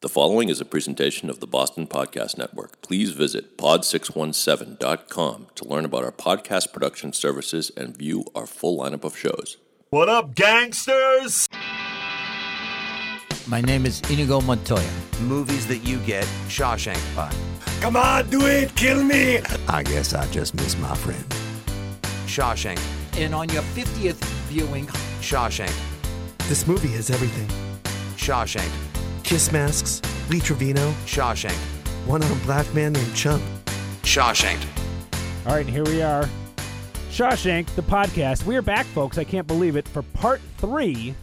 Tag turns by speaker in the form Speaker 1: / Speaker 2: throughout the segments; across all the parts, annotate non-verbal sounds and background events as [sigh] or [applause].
Speaker 1: The following is a presentation of the Boston Podcast Network. Please visit pod617.com to learn about our podcast production services and view our full lineup of shows.
Speaker 2: What up, gangsters?
Speaker 3: My name is Inigo Montoya.
Speaker 4: movies that you get Shawshank by.
Speaker 2: Come on, do it, kill me!
Speaker 4: I guess I just miss my friend. Shawshank,
Speaker 3: And on your 50th viewing,
Speaker 4: Shawshank,
Speaker 5: This movie is everything.
Speaker 4: Shawshank,
Speaker 5: Kiss masks, Lee Trevino,
Speaker 4: Shawshank,
Speaker 5: one armed black man named Chump.
Speaker 4: Shawshank.
Speaker 6: All right, and here we are. Shawshank, the podcast. We are back, folks. I can't believe it. For part three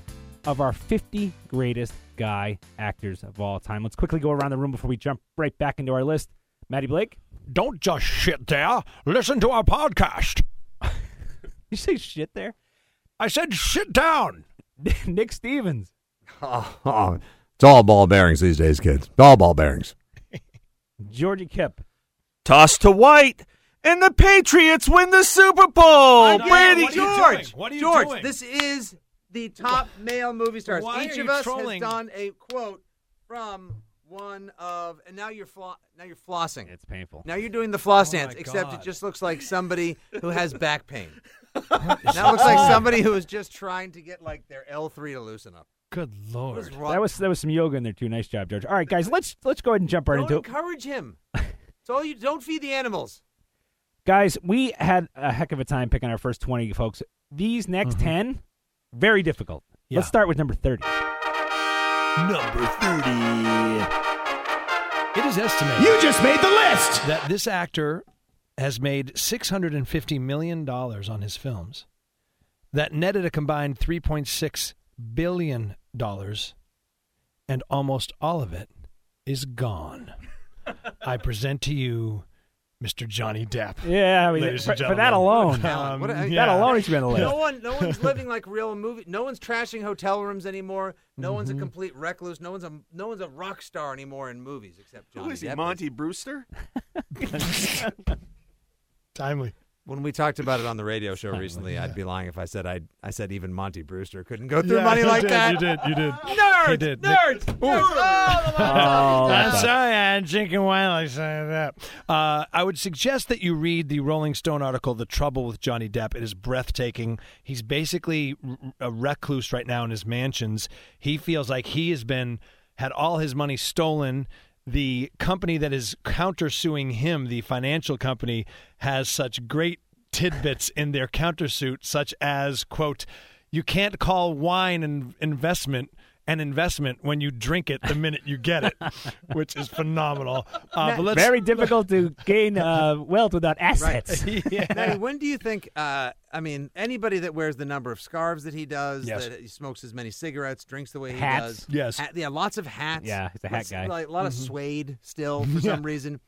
Speaker 6: of our 50 greatest guy actors of all time. Let's quickly go around the room before we jump right back into our list. Matty Blake?
Speaker 7: Don't just shit there. Listen to our podcast.
Speaker 6: [laughs] You say shit there?
Speaker 7: I said sit down.
Speaker 6: [laughs] Nick Stevens.
Speaker 8: [laughs] Oh, it's all ball bearings these days, kids. It's all ball bearings.
Speaker 6: Georgie Kip.
Speaker 9: Toss to White, and the Patriots win the Super Bowl.
Speaker 7: know.
Speaker 9: Brady
Speaker 7: What are you
Speaker 9: Oh, George.
Speaker 7: doing? What are you
Speaker 9: George,
Speaker 7: doing?
Speaker 9: this is the top male movie stars.
Speaker 7: Why
Speaker 9: Each
Speaker 7: are
Speaker 9: of
Speaker 7: you
Speaker 9: us
Speaker 7: trolling?
Speaker 9: has done a quote from one of, and now you're flo- now you're flossing.
Speaker 6: It's painful.
Speaker 9: now you're doing the floss
Speaker 7: Oh my
Speaker 9: dance, except it
Speaker 7: God.
Speaker 9: just looks like somebody who has back
Speaker 6: [laughs]
Speaker 9: pain. now it looks
Speaker 6: Oh.
Speaker 9: like somebody who is just trying to get like their L three to loosen up.
Speaker 7: Good
Speaker 9: What is
Speaker 7: lord.
Speaker 9: wrong-
Speaker 6: That was that was some yoga in there too. Nice job, George. All right, guys, let's let's go ahead and jump right
Speaker 9: don't
Speaker 6: into it.
Speaker 9: encourage him. It's all you. Don't feed the animals.
Speaker 6: Guys, we had a heck of a time picking our first 20 folks. These next 10, very difficult.
Speaker 7: Yeah.
Speaker 6: Let's start with number 30.
Speaker 7: Number 30. It is estimated
Speaker 8: just made the list.
Speaker 7: that this actor has made $650 million on his films that netted a combined $3.6 billion, and almost all of it is
Speaker 9: [laughs]
Speaker 7: gone. I present to you Mr. Johnny Depp.
Speaker 6: Yeah, I mean,
Speaker 7: Ladies
Speaker 6: for,
Speaker 7: and
Speaker 6: for that
Speaker 9: [laughs]
Speaker 6: alone,
Speaker 7: gentlemen. Um, [laughs]
Speaker 10: Um,
Speaker 9: Talent. What a-
Speaker 6: that
Speaker 9: yeah.
Speaker 6: alone is going to
Speaker 9: No
Speaker 6: live.
Speaker 9: one, no one's living like real movie. No one's trashing hotel rooms anymore. No one's a
Speaker 7: Mm-hmm.
Speaker 9: complete recluse. No one's a no one's a rock star anymore in movies except Johnny
Speaker 10: Who is he,
Speaker 9: Depp.
Speaker 10: Monty Brewster?
Speaker 7: [laughs] Timely.
Speaker 9: When we talked about it on the radio show recently, I'd be lying if I said I I said even Monty Brewster couldn't go through
Speaker 7: Yeah,
Speaker 9: money
Speaker 7: you
Speaker 9: like
Speaker 7: did,
Speaker 9: that.
Speaker 7: You did. You did.
Speaker 9: Nerds,
Speaker 7: He did.
Speaker 9: nerds, nerds. Oh, the line-
Speaker 6: Oh,
Speaker 7: I'm
Speaker 6: that's-
Speaker 7: sorry, I'm drinking wine like some of that. Uh, I would suggest that you read the Rolling Stone article, The Trouble with Johnny Depp. It is breathtaking. He's basically r- a recluse right now in his mansions. He feels like he has been, had all his money stolen. The company that is countersuing him, the financial company, has such great tidbits in their countersuit, such as, quote, you can't call wine an investment an investment when you drink it the minute you
Speaker 6: [laughs]
Speaker 7: get it, which is phenomenal. Uh, but let's,
Speaker 6: Very difficult to gain uh, wealth without assets. [laughs]
Speaker 7: [laughs]
Speaker 9: Now, when do you think? Uh, I mean, anybody that wears the number of scarves that he does,
Speaker 7: Yes.
Speaker 9: that he smokes as many cigarettes, drinks the way
Speaker 6: Hats.
Speaker 9: he does.
Speaker 7: Yes.
Speaker 9: Hat- yeah, lots of hats.
Speaker 6: Yeah, he's a hat
Speaker 9: Lots-
Speaker 6: guy.
Speaker 9: Like, a lot of
Speaker 7: Mm-hmm.
Speaker 9: suede still
Speaker 7: [laughs]
Speaker 9: for some reason.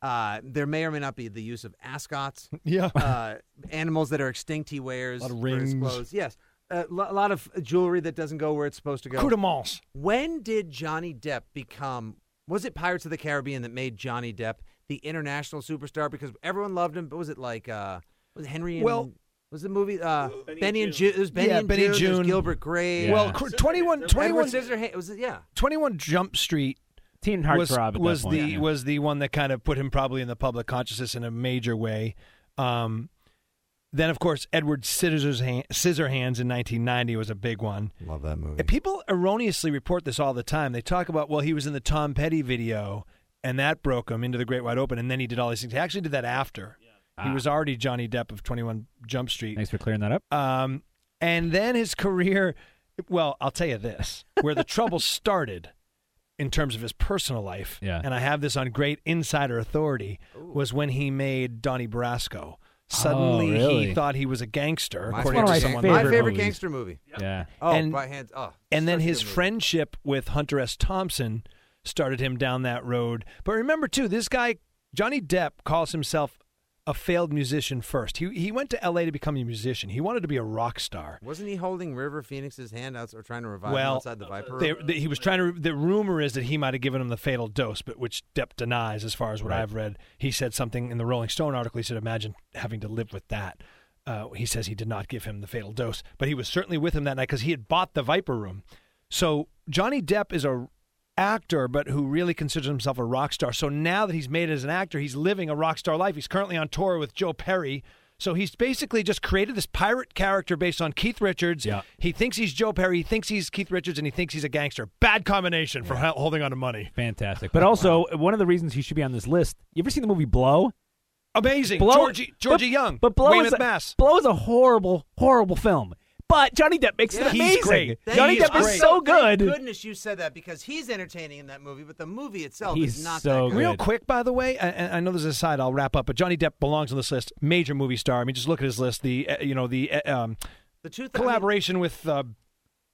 Speaker 9: Uh, there may or may not be the use of ascots.
Speaker 7: [laughs]
Speaker 6: [laughs]
Speaker 7: yeah.
Speaker 9: uh, animals that are extinct he wears.
Speaker 7: Lot of
Speaker 9: for his
Speaker 7: rings.
Speaker 9: clothes. Yes. A lo- lot of jewelry that doesn't go where it's supposed to go.
Speaker 7: Coup de masse.
Speaker 9: When did Johnny Depp become? Was it Pirates of the Caribbean that made Johnny Depp the international superstar? Because everyone loved him. But was it like uh, was it Henry? And,
Speaker 7: Well-
Speaker 9: was the movie uh, Benny, and June? It was Benny
Speaker 7: Yeah,
Speaker 9: and
Speaker 7: Benny
Speaker 9: June. there's
Speaker 7: June.
Speaker 9: Gilbert Grape.
Speaker 6: Yeah.
Speaker 7: Well, cr- 21,
Speaker 9: Edward
Speaker 7: 21,
Speaker 9: Scissorhands. Was it? Yeah.
Speaker 7: 21 Jump Street
Speaker 6: Teen
Speaker 7: was,
Speaker 6: heartthrob at
Speaker 7: was
Speaker 6: that
Speaker 7: the
Speaker 6: point.
Speaker 7: was the one that kind of put him probably in the public consciousness in a major way. Um, then, of course, Edward Scissors Scissorhands in 1990 was a big one.
Speaker 4: Love that movie.
Speaker 7: And People erroneously report this all the time. They talk about, well, he was in the Tom Petty video, and that broke him into the great wide open, and then he did all these things. He actually did that after. He
Speaker 6: Ah.
Speaker 7: was already Johnny Depp of 21 Jump Street.
Speaker 6: Thanks for clearing that up.
Speaker 7: Um, and then his career, well, I'll tell you this where the trouble started in terms of his personal life,
Speaker 6: Yeah.
Speaker 7: and I have this on great insider authority, was when he made Donnie Brasco. Suddenly,
Speaker 6: Oh, really?
Speaker 7: he thought he was a gangster,
Speaker 9: My
Speaker 7: according
Speaker 6: favorite-
Speaker 7: to
Speaker 6: my
Speaker 7: someone.
Speaker 9: My
Speaker 6: favorite
Speaker 9: favorite
Speaker 6: movies.
Speaker 9: gangster movie.
Speaker 6: Yeah.
Speaker 9: Oh,
Speaker 7: And-
Speaker 9: by hands. Oh,
Speaker 7: And then
Speaker 9: such a
Speaker 7: his
Speaker 9: good movie.
Speaker 7: friendship with Hunter S. Thompson started him down that road. But remember, too, this guy, Johnny Depp, calls himself a failed musician first. He, he went to L.A. to become a musician. He wanted to be a rock star.
Speaker 9: Wasn't he holding River Phoenix's handouts or trying to revive him
Speaker 7: Well,
Speaker 9: outside the Viper?
Speaker 7: They,
Speaker 9: Room?
Speaker 7: they- he was trying to. The rumor is that he might have given him the fatal dose, but which Depp denies, as far as what I've read. He said something in the Rolling Stone article. He said, "Imagine having to live with that." Uh, he says he did not give him the fatal dose, but he was certainly with him that night because he had bought the Viper Room. So Johnny Depp is a actor, but who really considers himself a rock star. So now that he's made it as an actor, he's living a rock star life. He's currently on tour with Joe Perry. So he's basically just created this pirate character based on Keith Richards.
Speaker 6: Yeah.
Speaker 7: He thinks he's Joe Perry, he thinks he's Keith Richards, and he thinks he's a gangster. Bad combination for hel- holding on to money.
Speaker 6: Fantastic. But also, one of the reasons he should be on this list. You ever seen the movie Blow?
Speaker 7: Amazing.
Speaker 6: Blow,
Speaker 7: Georgie, Georgie
Speaker 6: but-
Speaker 7: Young.
Speaker 6: But Blow
Speaker 7: Weymouth,
Speaker 6: is a,
Speaker 7: Mass.
Speaker 6: Blow is a horrible, horrible film. But Johnny Depp makes
Speaker 9: Yeah.
Speaker 6: it
Speaker 7: He's
Speaker 6: amazing.
Speaker 7: great.
Speaker 9: Thank
Speaker 6: Johnny
Speaker 7: He is
Speaker 6: Depp is
Speaker 7: great.
Speaker 6: so
Speaker 9: Thank
Speaker 6: good.
Speaker 9: goodness you said that because he's entertaining in that movie, but the movie itself
Speaker 6: He's
Speaker 9: is not
Speaker 6: so
Speaker 9: that good.
Speaker 6: good.
Speaker 7: Real quick, by the way, I, I know there's a side. I'll wrap up, but Johnny Depp belongs on this list. Major movie star. I mean, just look at his list. The uh, you know the uh, um,
Speaker 9: The two th- I mean,
Speaker 7: collaboration with uh,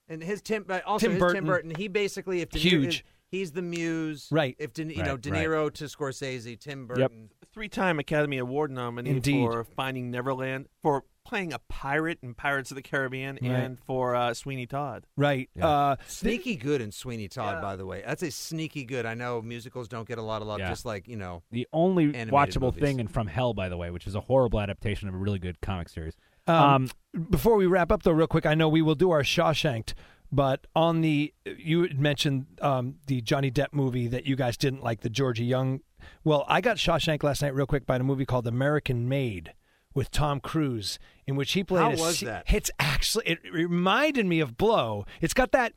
Speaker 9: and his Tim, but also
Speaker 7: Tim
Speaker 9: his
Speaker 7: Burton.
Speaker 9: Tim Burton. He basically, if De Niro,
Speaker 7: Huge.
Speaker 9: he's the muse,
Speaker 7: Right.
Speaker 9: If De, you
Speaker 6: Right,
Speaker 9: know De
Speaker 6: right.
Speaker 9: Niro to Scorsese, Tim Burton.
Speaker 10: Three-time Academy Award nominee
Speaker 7: Indeed.
Speaker 10: for Finding Neverland, for playing a pirate in Pirates of the Caribbean,
Speaker 7: Right.
Speaker 10: and for uh, Sweeney Todd.
Speaker 7: right. Uh,
Speaker 9: Sneaky good in Sweeney Todd, by the way. That's a sneaky good. I know musicals don't get a lot of love,
Speaker 6: Yeah.
Speaker 9: just like you know.
Speaker 6: The only
Speaker 9: Animated
Speaker 6: watchable
Speaker 9: movies.
Speaker 6: thing in From Hell, by the way, which is a horrible adaptation of a really good comic series.
Speaker 7: Um, before we wrap up, though, real quick, I know we will do our Shawshanked, but on the you had mentioned um, the Johnny Depp movie that you guys didn't like, the Georgie Young. Well, I got Shawshank last night, real quick, by a movie called American Made with Tom Cruise, in which he played.
Speaker 9: How
Speaker 7: a
Speaker 9: was
Speaker 7: se-
Speaker 9: that?
Speaker 7: It's actually it reminded me of Blow. It's got that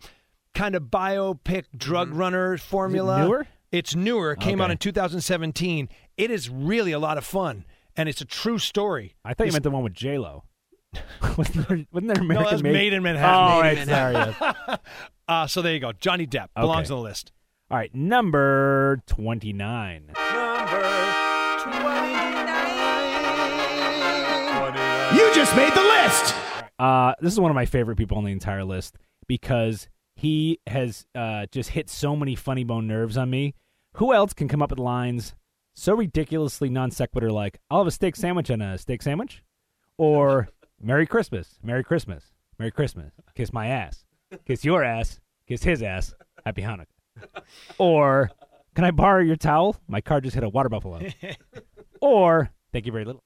Speaker 7: kind of biopic drug runner formula.
Speaker 6: newer?
Speaker 7: It's newer. It came out
Speaker 6: Okay.
Speaker 7: in 2017. It is really a lot of fun, and it's a true story.
Speaker 6: I thought you
Speaker 7: It's-
Speaker 6: meant the one with J Lo. [laughs] wasn't, there, wasn't there American
Speaker 7: no, that's
Speaker 6: Made?
Speaker 7: made, in Manhattan.
Speaker 6: Oh,
Speaker 9: Made
Speaker 6: right,
Speaker 9: in
Speaker 6: sorry.
Speaker 9: Manhattan.
Speaker 6: yes.
Speaker 7: Uh, so there you go. Johnny Depp belongs
Speaker 6: Okay.
Speaker 7: on the list.
Speaker 6: All right, number twenty-nine.
Speaker 8: You just made the list.
Speaker 6: Uh, this is one of my favorite people on the entire list because he has uh, just hit so many funny bone nerves on me. Who else can come up with lines so ridiculously non sequitur like, I'll have a steak sandwich and a steak sandwich? Or Merry Christmas, Merry Christmas, Merry Christmas, kiss my ass, kiss your ass, kiss his ass, happy Hanukkah. Or can I borrow your towel? My car just hit a water buffalo.
Speaker 10: [laughs]
Speaker 6: or thank you very little.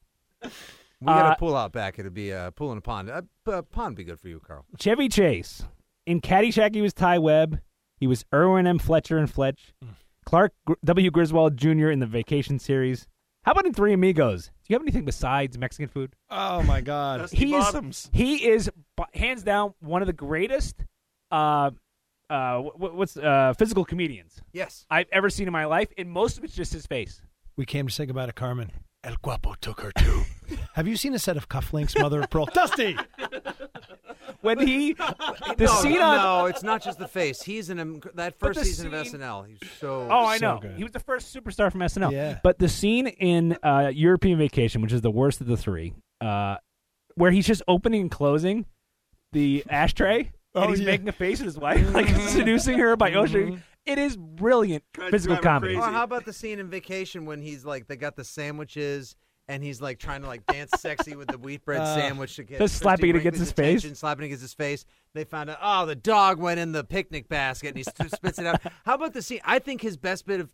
Speaker 9: We got
Speaker 6: Uh,
Speaker 9: a pull out back. It'd be a pool in a pond. A, a pond would be good for you, Carl.
Speaker 6: Chevy Chase. In Caddyshack, he was Ty Webb. He was Irwin M. Fletcher in Fletch.
Speaker 10: Mm.
Speaker 6: Clark Gr- W. Griswold Jr. in the Vacation series. How about in Three Amigos? Do you have anything besides Mexican food?
Speaker 7: Oh my God!
Speaker 10: Dusty
Speaker 6: he
Speaker 10: Bottoms.
Speaker 6: is he is bu- hands down one of the greatest uh, uh, wh- what's uh, physical comedians
Speaker 9: Yes.
Speaker 6: I've ever seen in my life, and most of it's just his face.
Speaker 7: we came to say goodbye to Carmen. El Guapo took her too. [laughs] Have you seen a set of cufflinks, Mother of Pearl? [laughs] Dusty.
Speaker 6: When he [laughs] the
Speaker 9: [laughs] no,
Speaker 6: scene on
Speaker 9: no, it's not just the face. He's in a, that
Speaker 6: But
Speaker 9: first
Speaker 6: the
Speaker 9: season of
Speaker 6: scene-
Speaker 9: SNL. He's so.
Speaker 6: Oh, I
Speaker 7: so
Speaker 6: know.
Speaker 7: good.
Speaker 6: He was the first superstar from SNL.
Speaker 7: Yeah.
Speaker 6: But the scene in uh, European Vacation, which is the worst of the three, uh, where he's just opening and closing the ashtray,
Speaker 7: Oh,
Speaker 6: and he's
Speaker 7: yeah.
Speaker 6: making a face at his wife, [laughs] like seducing her by ocean. It is brilliant physical comedy. Uh-huh.
Speaker 9: Or how about the scene in Vacation when he's like they got the sandwiches and he's like trying to like dance sexy with the wheat bread
Speaker 7: Uh,
Speaker 9: sandwich to get
Speaker 6: just
Speaker 9: Christy
Speaker 6: slapping it against
Speaker 9: Brinkley's
Speaker 6: his face?
Speaker 9: attention, slapping it against his face. They found out oh the dog went in the picnic basket and he s- spits it out. How about the scene? I think his best bit of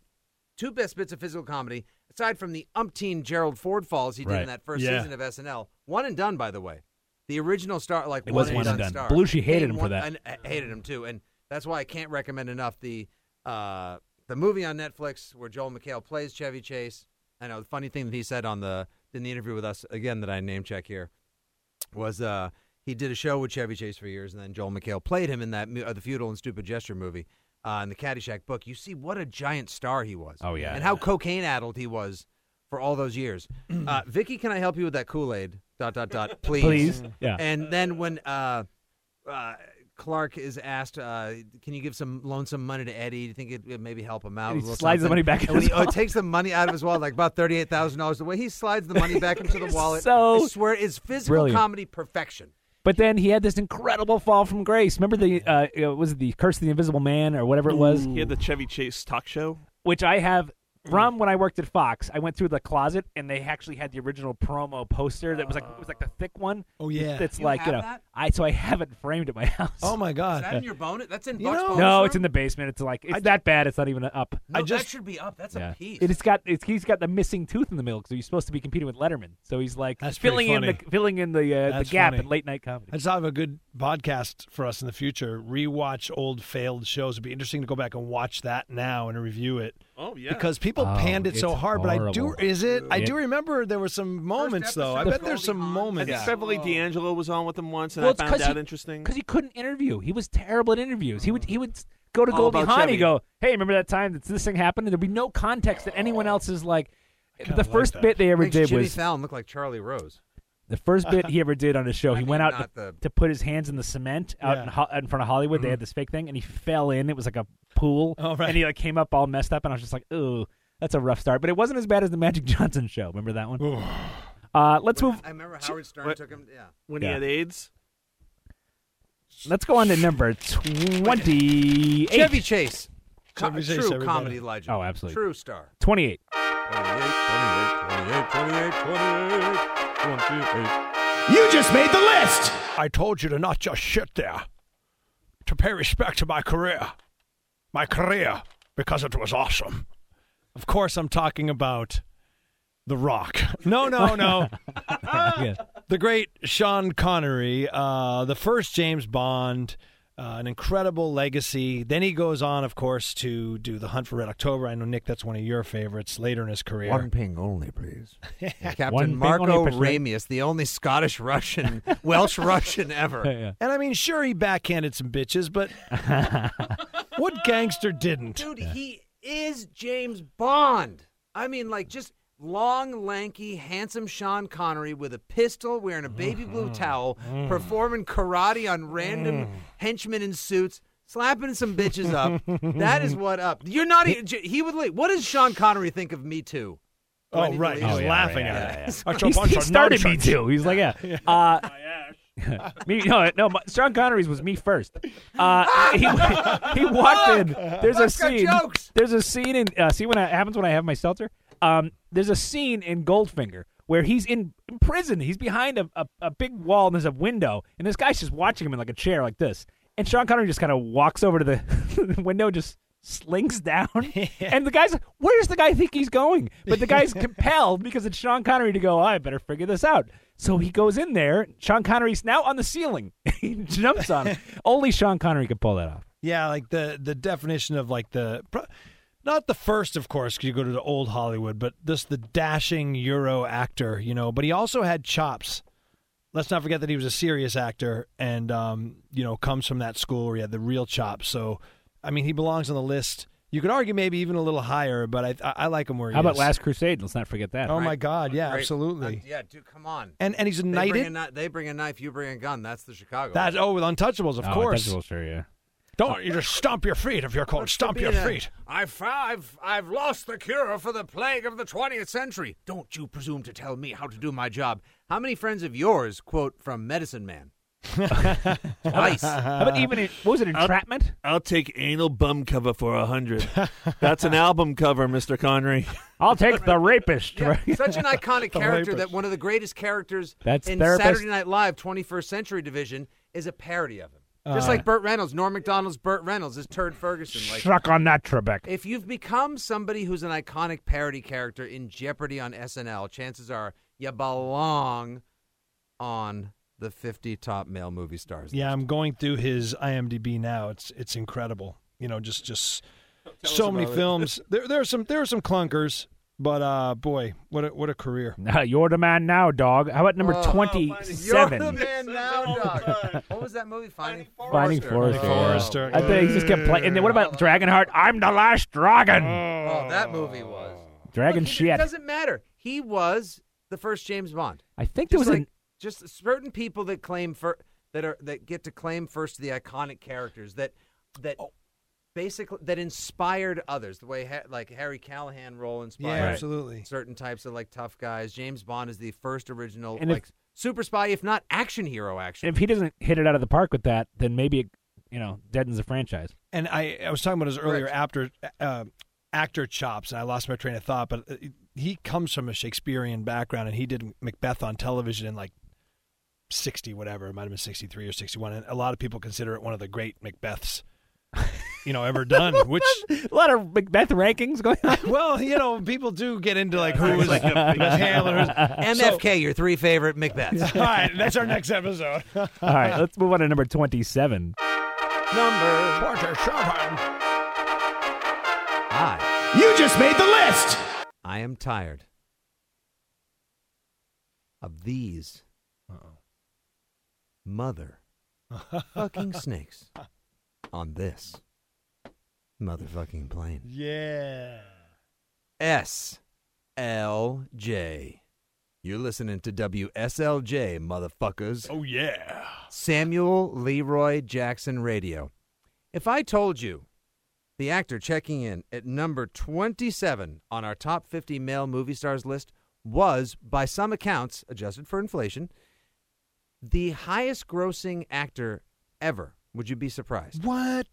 Speaker 9: two best bits of physical comedy aside from the umpteen Gerald Ford falls he did
Speaker 6: Right.
Speaker 9: in that first
Speaker 7: Yeah.
Speaker 9: season of SNL. One and done by the way. The original star like
Speaker 6: It was
Speaker 9: one,
Speaker 6: One
Speaker 9: and
Speaker 6: and
Speaker 9: done
Speaker 6: Done.
Speaker 9: star.
Speaker 6: Belushi hated
Speaker 9: They
Speaker 6: him for
Speaker 9: won-
Speaker 6: that.
Speaker 9: and I hated him too, and that's why I can't recommend enough the uh, the movie on Netflix where Joel McHale plays Chevy Chase. I know the funny thing that he said on the in the interview with us again that I name check here was uh, he did a show with Chevy Chase for years, and then Joel McHale played him in that mu- uh, the Feudal and Stupid Gesture movie uh, in the Caddyshack book. You see what a giant star he was.
Speaker 6: Oh, yeah.
Speaker 9: and how cocaine addled he was for all those years. [clears throat] uh, Vicky, can I help you with that Kool Aid? Dot dot [laughs] dot. Please.
Speaker 6: Please, yeah.
Speaker 9: And then when uh, uh, Clark is asked, uh, "Can you give some loan some money to Eddie? Do you think it would maybe help him out?"
Speaker 6: And
Speaker 9: a
Speaker 6: he
Speaker 9: little
Speaker 6: slides the money
Speaker 9: something?"
Speaker 6: back in
Speaker 9: And when
Speaker 6: his
Speaker 9: he oh,
Speaker 6: wallet.
Speaker 9: takes the money out of his wallet, like about thirty-eight thousand dollars. The way he slides the money back into the wallet,
Speaker 6: So
Speaker 9: I swear, is physical
Speaker 6: brilliant.
Speaker 9: comedy perfection.
Speaker 6: But then he had this incredible fall from grace. Remember the uh, uh, was it the Curse of the Invisible Man or whatever it was,
Speaker 10: He had the Chevy Chase talk show.
Speaker 6: which I have
Speaker 7: Mm.
Speaker 6: from when I worked at Fox, I went through the closet and they actually had the original promo poster that was like it was like the thick one.
Speaker 7: Oh, yeah.
Speaker 6: that's
Speaker 9: You
Speaker 6: like you
Speaker 9: have
Speaker 6: know
Speaker 9: that?
Speaker 6: I so I have it framed at my [laughs] house.
Speaker 7: Oh my
Speaker 9: Is
Speaker 7: God!
Speaker 9: that in your bonus? That's in
Speaker 7: You
Speaker 9: Buck's
Speaker 7: know-
Speaker 9: bonus.
Speaker 6: Uh, no,
Speaker 9: room?
Speaker 6: it's in the basement. It's like it's
Speaker 7: I-
Speaker 6: that bad. It's not even up.
Speaker 9: No,
Speaker 7: I just-
Speaker 9: that should be up. That's
Speaker 6: yeah.
Speaker 9: a piece.
Speaker 6: It's got it's he's got the missing tooth in the middle because he's supposed to be competing with Letterman. So he's like
Speaker 7: That's pretty
Speaker 6: filling in the
Speaker 7: funny.
Speaker 6: filling in the uh, the
Speaker 7: That's
Speaker 6: gap
Speaker 7: funny.
Speaker 6: in late night comedy.
Speaker 7: I just have a good podcast for us in the future. Rewatch old failed shows. It'd be interesting to go back and watch that now and review it
Speaker 10: Oh yeah.
Speaker 7: because people
Speaker 6: Oh,
Speaker 7: panned it so
Speaker 6: it's
Speaker 7: hard. But I do
Speaker 6: horrible.
Speaker 7: is it? I
Speaker 6: Yeah.
Speaker 7: do remember there were some moments though. I
Speaker 9: episode
Speaker 7: bet
Speaker 9: was
Speaker 7: there's some
Speaker 9: Goldie Hawn.
Speaker 10: I
Speaker 7: moments.
Speaker 10: think Beverly D'Angelo was on with him once, and
Speaker 6: Well,
Speaker 10: I found that interesting.
Speaker 6: because he couldn't interview. He was terrible at interviews. He would he would go to
Speaker 10: All
Speaker 6: Goldie
Speaker 10: about
Speaker 6: Hawn and
Speaker 10: Chevy.
Speaker 6: go, "Hey, remember that time that this thing happened?" And there'd be no context that anyone else is like.
Speaker 7: kinda
Speaker 6: The
Speaker 7: like
Speaker 6: first
Speaker 7: that.
Speaker 6: bit they ever
Speaker 9: Makes
Speaker 6: did
Speaker 9: Jimmy
Speaker 6: was
Speaker 9: Fallon look like Charlie Rose.
Speaker 6: the first bit he ever did on his show.
Speaker 9: I
Speaker 6: he
Speaker 9: mean,
Speaker 6: went out to,
Speaker 9: not the-
Speaker 6: to put his hands in the cement out
Speaker 7: Yeah.
Speaker 6: in, Ho- out in front of Hollywood. They had this fake thing, and he fell in. It was like a pool,
Speaker 7: Oh, right.
Speaker 6: and he like came up all messed up. And I was just like, "Ooh, that's a rough start." But it wasn't as bad as the Magic Johnson show. Remember that one? Uh, let's move.
Speaker 9: I remember Howard Stern
Speaker 10: What?
Speaker 9: took him. Yeah.
Speaker 10: when
Speaker 6: Yeah.
Speaker 10: he had AIDS.
Speaker 6: Let's go on to number twenty-eight.
Speaker 9: Chevy Chase. Co-
Speaker 7: Chevy Chase,
Speaker 9: true
Speaker 7: everybody.
Speaker 9: comedy legend.
Speaker 6: Oh, absolutely.
Speaker 9: True star.
Speaker 6: Twenty-eight.
Speaker 9: 28, 28, 28, 28, 28.
Speaker 2: You just made the list!
Speaker 7: I told you to not just sit there. To pay respect to my career. My career, because it was awesome. Of course, I'm talking about The Rock. No, no, no.
Speaker 6: Yeah.
Speaker 7: the great Sean Connery, uh, the first James Bond, uh, an incredible legacy. Then he goes on, of course, to do The Hunt for Red October. I know, Nick, that's one of your favorites later in his career.
Speaker 9: ping only,
Speaker 6: [laughs]
Speaker 9: please.
Speaker 6: One
Speaker 9: Captain
Speaker 6: ping
Speaker 9: Marco
Speaker 6: only, please.
Speaker 9: Ramius, the only Scottish Russian, [laughs] Welsh Russian
Speaker 6: [laughs]
Speaker 9: ever.
Speaker 6: yeah.
Speaker 7: And I mean, sure, he backhanded some bitches, but what gangster didn't?
Speaker 9: Dude, he is James Bond. I mean, like, just long, lanky, handsome Sean Connery with a pistol, wearing a baby blue
Speaker 7: Mm-hmm.
Speaker 9: towel,
Speaker 7: Mm.
Speaker 9: performing karate on random henchmen in suits. Slapping some bitches
Speaker 7: [laughs]
Speaker 9: up. that is what up. You're not even. He would. leave. What does Sean Connery think of Me Too?
Speaker 7: Oh, right. He's
Speaker 9: Oh,
Speaker 6: yeah,
Speaker 7: laughing
Speaker 6: right,
Speaker 7: at
Speaker 6: yeah,
Speaker 7: it. Such a
Speaker 6: He's,
Speaker 7: bunch
Speaker 6: he
Speaker 7: of
Speaker 6: started me
Speaker 7: nonsense.
Speaker 6: too. He's like, yeah. Uh, [laughs] me, no, no. my- Sean Connery's was me first. Uh, he, [laughs] he walked in. There's a
Speaker 9: Let's go
Speaker 6: scene.
Speaker 9: jokes.
Speaker 6: There's a scene in. Uh, see when it happens when I have my seltzer. Um, there's a scene in Goldfinger where he's in, in prison. He's behind a, a, a big wall and there's a window, and this guy's just watching him in like a chair like this. And Sean Connery just kind of walks over to the [laughs] window, just slinks down, and the guy's like, "Where does the guy think he's going?" But the guy's compelled because it's Sean Connery to go. I better figure this out. So he goes in there. Sean Connery's now on the ceiling. [laughs] he jumps on him. Only Sean Connery could pull that off.
Speaker 7: Yeah, like the the definition of like the pro- not the first, of course, 'cause you go to the old Hollywood, but just the dashing Euro actor, you know. But he also had chops. Let's not forget that he was a serious actor, and um, you know, comes from that school where he had the real chops. So, I mean, he belongs on the list. You could argue maybe even a little higher, but I I, I like him where he
Speaker 6: How about
Speaker 7: is.
Speaker 6: Last Crusade? Let's not forget that.
Speaker 7: [laughs] Oh my God! Yeah,
Speaker 9: Great.
Speaker 7: absolutely.
Speaker 9: Uh, yeah, dude, come on.
Speaker 7: and and he's a
Speaker 9: They bring, a
Speaker 7: knighted.
Speaker 9: kni- they bring a knife, you bring a gun. That's the Chicago.
Speaker 7: That oh, with Untouchables, of
Speaker 6: Oh,
Speaker 7: course.
Speaker 6: Untouchables, sure, yeah.
Speaker 7: Don't you just stomp your feet if you're called stomp your feet.
Speaker 9: I've, I've, I've lost the cure for the plague of the 20th century. Don't you presume to tell me how to do my job. How many friends of yours quote from Medicine
Speaker 6: [laughs]
Speaker 9: Man? Twice.
Speaker 6: How about even in, what was it?
Speaker 9: Uh,
Speaker 6: Entrapment.
Speaker 10: I'll take anal bum cover for
Speaker 9: [laughs]
Speaker 10: a hundred. That's an album cover, Mr. Connery.
Speaker 6: I'll take the rapist.
Speaker 9: Yeah,
Speaker 6: right? [laughs]
Speaker 9: such an iconic character
Speaker 7: rapist.
Speaker 9: that one of the greatest characters
Speaker 6: That's
Speaker 9: in
Speaker 6: therapist.
Speaker 9: Saturday Night Live 21st Century Division is a parody of him. Just
Speaker 6: Uh.
Speaker 9: like Burt Reynolds, Norm MacDonald's Burt Reynolds is Turd Ferguson. Like,
Speaker 6: Suck on that, Trebek.
Speaker 9: If you've become somebody who's an iconic parody character in Jeopardy on SNL, chances are you belong on the 50 top male movie stars.
Speaker 7: Yeah, I'm going through his IMDb now. It's it's incredible. You know, just just so many films. [laughs] There there are some there are some clunkers, but uh, boy, what a, what a career.
Speaker 6: Nah, Uh, you're the man now, dog. How about number
Speaker 9: You're
Speaker 6: 27?
Speaker 9: the Oh, man now, dog. What was that movie? Finding,
Speaker 6: Finding
Speaker 9: Forrester.
Speaker 6: Forrester.
Speaker 9: Oh,
Speaker 7: Forrester.
Speaker 6: I bet he just kept playing. And then what about Dragonheart? I'm the last dragon.
Speaker 9: Oh, that movie was.
Speaker 6: dragon
Speaker 9: Look, he- It
Speaker 6: shit.
Speaker 9: doesn't matter. He was the first James Bond.
Speaker 6: I think there
Speaker 9: Just
Speaker 6: was
Speaker 9: like
Speaker 6: an.
Speaker 9: just certain people that claim for that are that get to claim first the iconic characters that that
Speaker 6: Oh.
Speaker 9: basically that inspired others the way ha- like Harry Callahan role
Speaker 7: Yeah,
Speaker 9: inspired
Speaker 7: absolutely.
Speaker 9: certain types of like tough guys. James Bond is the first original
Speaker 6: And if-
Speaker 9: like super spy, if not action hero. Actually,
Speaker 6: If he doesn't hit it out of the park with that, then maybe it, you know, deadens the franchise.
Speaker 7: And I I was talking about his earlier after uh, actor chops, and I lost my train of thought. But uh, he comes from a Shakespearean background, and he did Macbeth on television in like sixty whatever. It might have been sixty three or sixty one. And a lot of people consider it one of the great Macbeths. You know, ever done? [laughs] Which,
Speaker 6: a lot of Macbeth rankings going on.
Speaker 7: well, you know, people do get into like who was like [laughs]
Speaker 6: uh,
Speaker 7: McHale or
Speaker 9: MFK, your three favorite Macbeths.
Speaker 7: All right, that's our next episode.
Speaker 6: [laughs]
Speaker 7: [laughs]
Speaker 6: All right, let's move on to number 27.
Speaker 9: Number
Speaker 7: Porter Chauvin.
Speaker 9: five.
Speaker 2: You just made the list!
Speaker 9: I am tired of these
Speaker 2: [laughs]
Speaker 9: mother fucking snakes on this motherfucking plane.
Speaker 7: Yeah.
Speaker 9: S L J. You're listening to WSLJ, motherfuckers.
Speaker 7: Oh yeah.
Speaker 9: Samuel Leroy Jackson Radio. If I told you the actor checking in at number 27 on our top 50 male movie stars list was, by some accounts, adjusted for inflation, the highest grossing actor ever, would you be surprised?
Speaker 7: What?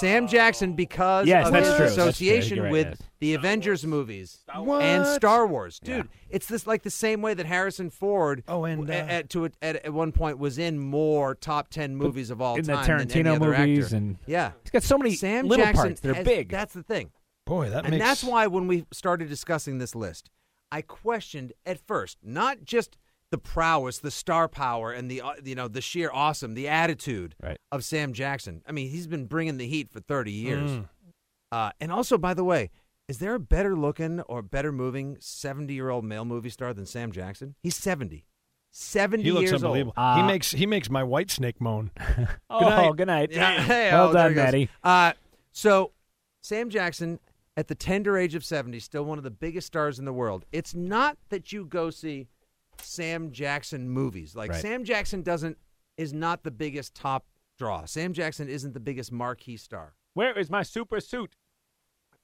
Speaker 9: Sam Jackson, because
Speaker 6: Yes,
Speaker 9: of
Speaker 6: that's
Speaker 9: his
Speaker 6: true. That's true.
Speaker 9: association
Speaker 6: You're right,
Speaker 9: with
Speaker 6: yes.
Speaker 9: the Avengers movies
Speaker 7: What?
Speaker 9: and Star Wars, dude. It's this like the same way that Harrison Ford.
Speaker 7: Oh, and,
Speaker 9: w-
Speaker 7: uh,
Speaker 9: at, at- to a- at, at one point was in more top ten movies of all
Speaker 6: in the
Speaker 9: time than any
Speaker 6: Tarantino
Speaker 9: other
Speaker 6: movies
Speaker 9: actor.
Speaker 6: and-
Speaker 9: yeah,
Speaker 6: He's got so many
Speaker 9: Sam
Speaker 6: little
Speaker 9: Jackson
Speaker 6: parts that are
Speaker 9: has-
Speaker 6: big.
Speaker 9: That's the thing,
Speaker 7: Boy, that
Speaker 9: and
Speaker 7: makes.
Speaker 9: that's why when we started discussing this list, I questioned at first not just the prowess, the star power, and the uh, you know the sheer awesome, the attitude
Speaker 6: Right.
Speaker 9: of Sam Jackson. I mean, he's been bringing the heat for thirty
Speaker 6: Mm.
Speaker 9: years.
Speaker 7: Mm.
Speaker 9: Uh, and also, by the way, is there a better looking or better moving 70 year old male movie star than Sam Jackson? He's 70. 70
Speaker 7: He looks
Speaker 9: years
Speaker 7: unbelievable.
Speaker 9: old.
Speaker 7: he
Speaker 6: Uh,
Speaker 7: makes he makes my white snake moan.
Speaker 6: Oh,
Speaker 7: night.
Speaker 6: good night.
Speaker 9: [laughs] Yeah, hey,
Speaker 6: well
Speaker 9: oh, there
Speaker 6: done,
Speaker 9: he goes.
Speaker 6: Maddie.
Speaker 9: Uh, so, Sam Jackson, at the tender age of 70, still one of the biggest stars in the world. It's not that you go see Sam Jackson movies. Like,
Speaker 6: Right.
Speaker 9: Sam Jackson doesn't, is not the biggest top draw. Sam Jackson isn't the biggest marquee star.
Speaker 6: Where is my super suit?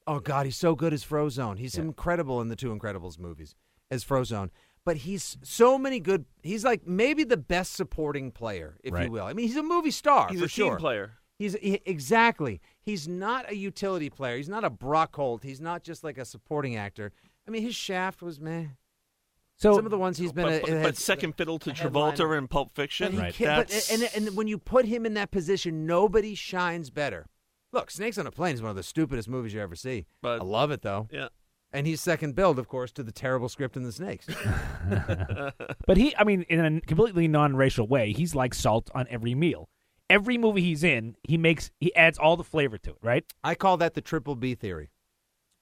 Speaker 9: Oh God, he's so good as Frozone. He's incredible in the two Incredibles movies as Frozone. But he's so many good. He's like maybe the best supporting player, if
Speaker 6: Right.
Speaker 9: you will. I mean, he's a movie star.
Speaker 10: [laughs] He's
Speaker 9: for
Speaker 10: a team
Speaker 9: sure.
Speaker 10: player.
Speaker 9: He's he, exactly. He's not a utility player. He's not a Brockholt. He's not just like a supporting actor. I mean, his Shaft was meh.
Speaker 6: So
Speaker 9: Some of the ones he's been.
Speaker 10: but,
Speaker 9: a-
Speaker 10: but-
Speaker 9: had-
Speaker 10: but second fiddle to
Speaker 9: a headliner.
Speaker 10: Travolta in Pulp
Speaker 9: But
Speaker 10: Fiction.
Speaker 9: he
Speaker 6: Right.
Speaker 9: can't- but-
Speaker 10: That's-
Speaker 9: and, and when you put him in that position, nobody shines better. Look, Snakes on a Plane is one of the stupidest movies you ever see.
Speaker 10: But-
Speaker 9: I love it though.
Speaker 10: yeah.
Speaker 9: And he's second billed, of course, to the terrible script in The Snakes.
Speaker 6: But he, I mean, in a completely non-racial way, he's like salt on every meal. Every movie he's in, he makes he adds all the flavor to it, right?
Speaker 9: I call that the triple B theory.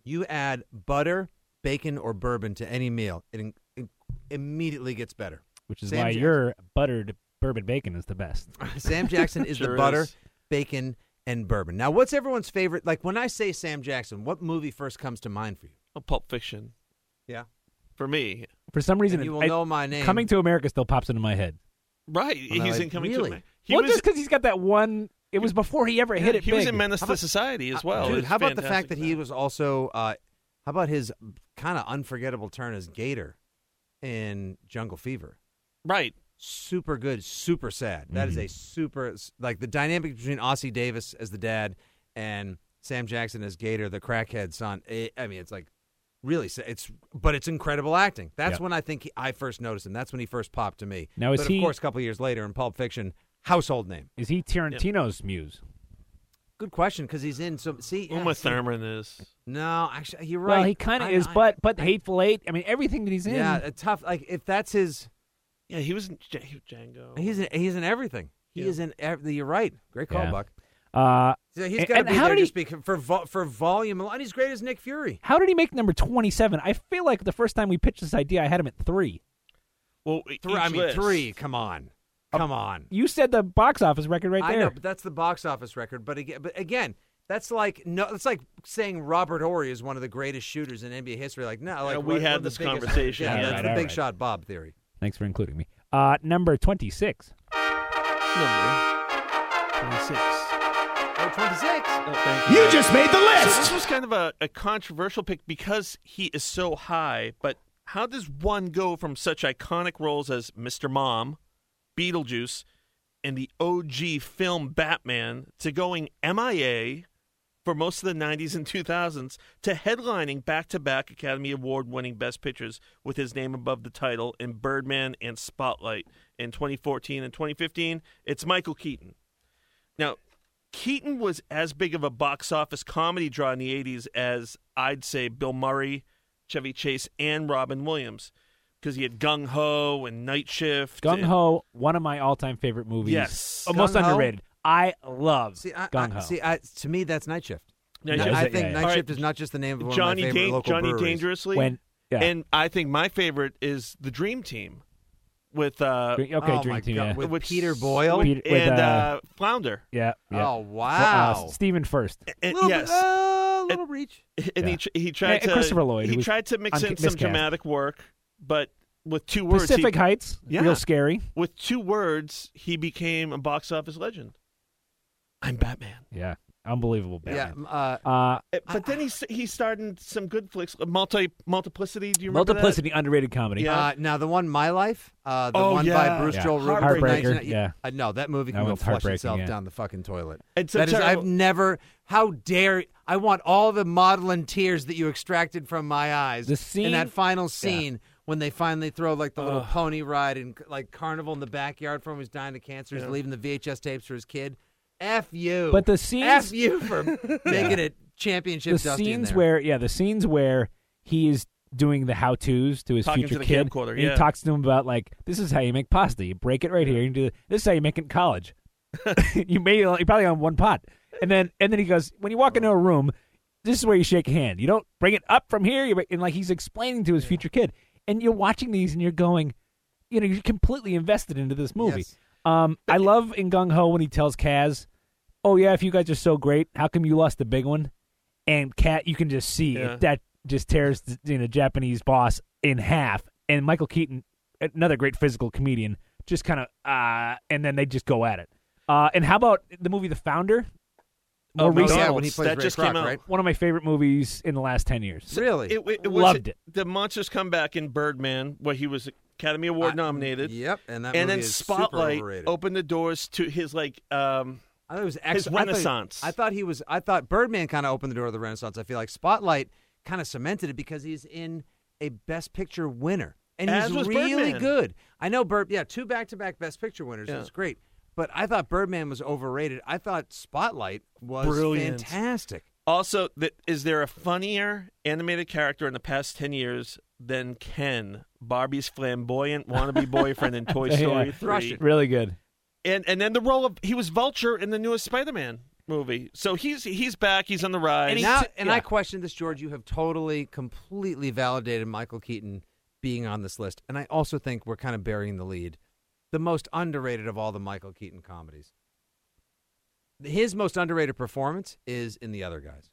Speaker 9: You add butter, bacon, or bourbon to any meal, it, in- it immediately gets
Speaker 10: [laughs]
Speaker 9: better.
Speaker 6: Which is
Speaker 9: Sam
Speaker 6: why
Speaker 9: Jackson.
Speaker 6: your buttered bourbon bacon is the best.
Speaker 9: Sam Jackson is
Speaker 10: Sure
Speaker 9: the butter,
Speaker 10: is.
Speaker 9: bacon, and bourbon. Now, what's everyone's favorite? Like when I say Sam Jackson, what movie first comes to mind for you?
Speaker 10: Oh, Pulp Fiction
Speaker 9: Yeah,
Speaker 10: for me.
Speaker 6: For some reason,
Speaker 9: and you will
Speaker 6: I-
Speaker 9: know my name.
Speaker 6: Coming to America still pops into my head.
Speaker 10: Right.
Speaker 9: no,
Speaker 10: he's
Speaker 9: I-
Speaker 10: in coming
Speaker 9: really?
Speaker 10: to me. He
Speaker 6: well,
Speaker 10: was,
Speaker 6: just because he's got that one. It was before he ever hit it.
Speaker 10: he
Speaker 6: big.
Speaker 10: was in Menace
Speaker 9: How
Speaker 10: to
Speaker 9: about-
Speaker 10: Society as
Speaker 9: Uh,
Speaker 10: well.
Speaker 9: dude,
Speaker 10: It's
Speaker 9: how about the fact
Speaker 10: fantastic
Speaker 9: that he
Speaker 10: now.
Speaker 9: was also? Uh, how about his kind of unforgettable turn as Gator in Jungle Fever?
Speaker 10: right?
Speaker 9: super good, super sad. That
Speaker 10: Mm-hmm.
Speaker 9: is a super like the dynamic between Ossie Davis as the dad and Sam Jackson as Gator, the crackhead son. It, I mean, it's like really sa- it's but it's incredible acting. That's
Speaker 6: Yeah.
Speaker 9: when I think he, I first noticed him. That's when he first popped to me.
Speaker 6: Now, is
Speaker 9: but
Speaker 6: he-
Speaker 9: of course, a couple years later in Pulp Fiction, household name.
Speaker 6: Is he Tarantino's muse?
Speaker 9: Good question because he's in some. See, yeah,
Speaker 10: Uma
Speaker 9: see-
Speaker 10: Thurman is.
Speaker 9: No, actually, you're right.
Speaker 6: Well, he kind of
Speaker 9: I-
Speaker 6: is,
Speaker 9: I-
Speaker 6: but but Hateful Eight. I mean, everything that he's in.
Speaker 9: yeah, a tough. Like if that's his,
Speaker 10: Yeah, he was in J- he was Django.
Speaker 9: he's in, he's in everything. He
Speaker 10: Yeah.
Speaker 9: is in. ev- You're right. Great call,
Speaker 6: Yeah.
Speaker 9: Buck.
Speaker 6: Uh,
Speaker 9: So he's
Speaker 6: And-
Speaker 9: got to
Speaker 6: and
Speaker 9: be
Speaker 6: how
Speaker 9: there
Speaker 6: did he-
Speaker 9: just because for vo- for volume alone. He's great as Nick Fury.
Speaker 6: how did he make number twenty-seven? I feel like the first time we pitched this idea, I had him at three.
Speaker 10: well,
Speaker 9: Three,
Speaker 10: each
Speaker 9: I mean,
Speaker 10: list.
Speaker 9: three. Come on, come on.
Speaker 6: You said the box office record right
Speaker 9: I
Speaker 6: there.
Speaker 9: know, but that's the box office record. But again, but again, that's like no. That's like saying Robert Ory is one of the greatest shooters in NBA history. Like no, like
Speaker 10: we
Speaker 9: one-
Speaker 10: had
Speaker 9: one of the
Speaker 10: this
Speaker 9: biggest-
Speaker 10: conversation.
Speaker 9: Yeah,
Speaker 6: Yeah,
Speaker 9: that's
Speaker 6: right,
Speaker 9: the
Speaker 6: all
Speaker 9: big
Speaker 6: right.
Speaker 9: shot Bob theory.
Speaker 6: Thanks for including me. Uh, number twenty-six.
Speaker 10: Number 26.
Speaker 9: Oh, 26.
Speaker 10: Oh, thank
Speaker 2: You just made the
Speaker 10: So this
Speaker 2: list!
Speaker 10: was kind of a, a controversial pick because he is so high, but how does one go from such iconic roles as Mr. Mom, Beetlejuice, and the OG film Batman to going MIA for most of the 90s and 2000s to headlining back-to-back Academy Award-winning Best Pictures with his name above the title in Birdman and Spotlight in 2014 and 2015. It's Michael Keaton. Now, Keaton was as big of a box office comedy draw in the 80s as I'd say Bill Murray, Chevy Chase, and Robin Williams because he had Gung Ho and Night Shift.
Speaker 6: Gung
Speaker 10: and-
Speaker 6: Ho, one of my all-time favorite movies.
Speaker 10: Yes.
Speaker 6: Uh, most
Speaker 9: Gung Ho?
Speaker 6: underrated. I love
Speaker 9: See, I,
Speaker 6: Gung Ho.
Speaker 9: I, see, I, to me, that's night shift.
Speaker 10: Night
Speaker 9: No,
Speaker 10: Shift.
Speaker 9: I
Speaker 6: Yeah,
Speaker 9: think
Speaker 6: yeah.
Speaker 9: night
Speaker 10: All right.
Speaker 9: shift is not just the name of one
Speaker 10: Johnny
Speaker 9: of my favorite
Speaker 10: Dan-
Speaker 9: local
Speaker 10: Johnny
Speaker 9: breweries.
Speaker 10: Dangerously.
Speaker 6: when yeah.
Speaker 10: And I think my favorite is the Dream Team with uh,
Speaker 6: Dr- okay,
Speaker 9: oh
Speaker 6: Dream
Speaker 9: my
Speaker 6: Team.
Speaker 9: God,
Speaker 6: Yeah.
Speaker 9: with
Speaker 10: which-
Speaker 9: Peter Boyle?
Speaker 10: with-
Speaker 6: Peter- with,
Speaker 10: and
Speaker 6: uh,
Speaker 10: uh, Flounder.
Speaker 6: yeah, yeah.
Speaker 9: Oh
Speaker 6: Uh,
Speaker 9: wow!
Speaker 6: Stephen first.
Speaker 10: And-
Speaker 9: little
Speaker 10: yes,
Speaker 9: bit, uh, little reach.
Speaker 10: and
Speaker 6: Yeah.
Speaker 10: he tr- he tried
Speaker 6: and
Speaker 10: to
Speaker 6: Christopher Lloyd, who
Speaker 10: He
Speaker 6: was
Speaker 10: tried to mix
Speaker 6: unca-
Speaker 10: in some
Speaker 6: miscast.
Speaker 10: dramatic work, but with two words, he-
Speaker 6: Pacific Heights.
Speaker 10: Yeah.
Speaker 6: Real scary.
Speaker 10: with two words, he became a box office legend. I'm Batman.
Speaker 6: Yeah. Unbelievable
Speaker 9: Yeah, m-
Speaker 6: Batman.
Speaker 9: uh,
Speaker 6: Uh,
Speaker 10: Uh, But then he s- he starred in some good flicks, multi multiplicity. Do you remember
Speaker 6: multiplicity underrated comedy.
Speaker 10: Yeah.
Speaker 9: uh, now the one My Life, uh, the
Speaker 10: Oh,
Speaker 9: one
Speaker 10: yeah.
Speaker 9: by Bruce
Speaker 6: Yeah.
Speaker 9: Joel Rubin.
Speaker 6: Heartbreaker,
Speaker 9: from 1990
Speaker 6: yeah.
Speaker 9: uh, no, that movie
Speaker 6: That
Speaker 9: can go
Speaker 6: one's
Speaker 9: flush
Speaker 6: heartbreaking,
Speaker 9: itself
Speaker 6: yeah.
Speaker 9: down the fucking toilet.
Speaker 10: that? It's a
Speaker 9: That is, I've
Speaker 10: terrible-
Speaker 9: never. How dare I want all the maudlin tears that you extracted from my eyes.
Speaker 6: The
Speaker 9: in
Speaker 6: scene-
Speaker 9: that final scene when they finally throw like the little pony ride and like carnival in the backyard for him who's dying of cancer, he's leaving the VHS tapes for his kid. F you.
Speaker 6: But the
Speaker 9: F
Speaker 6: scenes-
Speaker 9: you
Speaker 6: [laughs]
Speaker 9: for making it championship
Speaker 6: The
Speaker 9: dusty in
Speaker 6: scenes
Speaker 9: there.
Speaker 6: where yeah, the scenes where he is doing the how tos to his
Speaker 10: Talking
Speaker 6: future
Speaker 10: to the
Speaker 6: kid.
Speaker 10: camcorder,
Speaker 6: and
Speaker 10: yeah.
Speaker 6: He talks to him about like this is how you make pasta. You break it right here. You do this is how you make it in
Speaker 10: [laughs]
Speaker 6: college. you made it you probably on one pot. And then and then he goes, when you walk into a room, this is where you shake a hand. You don't bring it up from here. You bring, and like he's explaining to his future kid. And you're watching these and you're going, you know, you're completely invested into this movie.
Speaker 9: Yes.
Speaker 6: Um, I love in Gung Ho when he tells Kaz, "Oh yeah, if you guys are so great, how come you lost the big one?" And Cat, you can just see
Speaker 10: Yeah.
Speaker 6: it, that just tears the- you know Japanese boss in half. And Michael Keaton, another great physical comedian, just kind of uh, and then they just go at it. Uh, and how about the movie The Founder?
Speaker 10: Oh,
Speaker 6: More recent,
Speaker 9: yeah, when he
Speaker 10: McDonald's.
Speaker 9: plays
Speaker 10: that
Speaker 9: Ray
Speaker 10: just
Speaker 9: Kroc,
Speaker 10: came out.
Speaker 9: right?
Speaker 6: one of my favorite movies in the last ten years.
Speaker 9: [laughs] Really?
Speaker 10: It, it, it was
Speaker 6: Loved it.
Speaker 10: The monsters come back in Birdman, where he was Academy Award
Speaker 9: I-
Speaker 10: nominated.
Speaker 9: Yep, and that movie
Speaker 10: and then
Speaker 9: is super
Speaker 10: Spotlight
Speaker 9: overrated.
Speaker 10: opened the doors to his like um,
Speaker 9: I thought it was ex- I thought-
Speaker 10: renaissance.
Speaker 9: I thought he was. I thought Birdman kind of opened the door to the Renaissance. I feel like Spotlight kind of cemented it because he's in a Best Picture winner, and
Speaker 10: As
Speaker 9: he's
Speaker 10: was
Speaker 9: really
Speaker 10: Birdman.
Speaker 9: good. I know Bird. Yeah, two back-to-back Best Picture winners. It was great. But I thought Birdman was overrated. I thought Spotlight was
Speaker 10: Brilliant.
Speaker 9: fantastic.
Speaker 10: Also, that is there a funnier animated character in the past ten years than Ken, Barbie's flamboyant
Speaker 9: [laughs]
Speaker 10: wannabe boyfriend in Toy
Speaker 6: Yeah.
Speaker 10: Story
Speaker 9: Thrush
Speaker 10: Three,
Speaker 9: it.
Speaker 6: Really good. [laughs]
Speaker 10: and and then the role of he was Vulture in the newest Spider-Man movie. So he's he's back. He's on the rise.
Speaker 9: And now,
Speaker 6: t-
Speaker 9: and
Speaker 6: yeah.
Speaker 9: I question this, George. You have totally, completely validated Michael Keaton being on this list, and I also think we're kind of burying the lead. The most underrated of all the Michael Keaton comedies. His most underrated performance is in the other guys.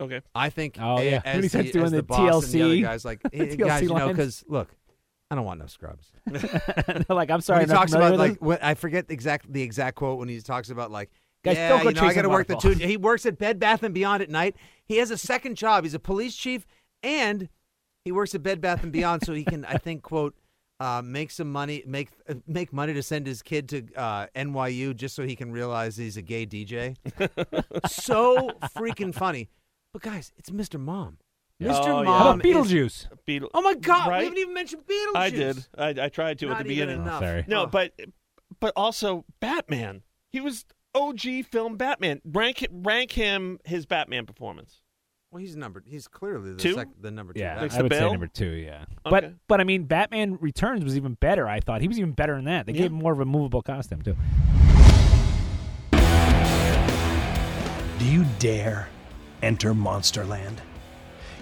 Speaker 10: okay,
Speaker 9: I think.
Speaker 6: Oh,
Speaker 9: a-
Speaker 6: yeah.
Speaker 9: as
Speaker 6: When he starts
Speaker 9: the,
Speaker 6: doing
Speaker 9: as
Speaker 6: the
Speaker 9: the, boss and the other
Speaker 6: TLC
Speaker 9: guys
Speaker 6: [laughs]
Speaker 9: like
Speaker 6: the
Speaker 9: "Hey, guys,
Speaker 6: TLC
Speaker 9: you know,
Speaker 6: lines.
Speaker 9: because look, I don't want no scrubs.
Speaker 6: They're like I'm sorry,
Speaker 9: When
Speaker 6: I'm
Speaker 9: he
Speaker 6: not
Speaker 9: talks
Speaker 6: familiar
Speaker 9: about
Speaker 6: with
Speaker 9: like
Speaker 6: them.
Speaker 9: what, I forget the exact the exact quote when he talks about like
Speaker 6: Guys,
Speaker 9: yeah
Speaker 6: don't go
Speaker 9: you know I
Speaker 6: chasing
Speaker 9: got to work the two.
Speaker 6: waterfalls.
Speaker 9: He works at Bed Bath and Beyond at night. He has a second job. He's a police chief and he works at Bed Bath and Beyond, so he can I think quote. Uh, make some money, make uh, make money to send his kid to uh, NYU just so he can realize he's a gay
Speaker 10: [laughs]
Speaker 9: DJ. so freaking funny, but guys, it's Mr. Mom. Mr.
Speaker 10: Oh, yeah.
Speaker 9: Mom,
Speaker 6: how about
Speaker 9: is-
Speaker 6: Beetlejuice?
Speaker 10: Beetle.
Speaker 9: Oh my God,
Speaker 10: Right?
Speaker 9: we haven't even mentioned Beetlejuice.
Speaker 10: I did. I, I tried to
Speaker 9: Not
Speaker 10: at the
Speaker 9: even
Speaker 10: beginning.
Speaker 9: enough.
Speaker 6: Oh, sorry.
Speaker 10: No,
Speaker 9: Ugh.
Speaker 10: but but also Batman. He was OG film Batman. Rank rank him his Batman performance.
Speaker 9: Well, he's number. He's clearly the
Speaker 10: Two?
Speaker 9: sec- the number two.
Speaker 6: Yeah,
Speaker 9: back.
Speaker 10: Like
Speaker 6: I would say
Speaker 10: Sabell?
Speaker 6: number two. Yeah, but
Speaker 10: Okay.
Speaker 6: but I mean, Batman Returns was even better. I thought he was even better in that. They
Speaker 10: Yeah.
Speaker 6: gave him more of a movable costume too.
Speaker 2: Do you dare enter Monsterland?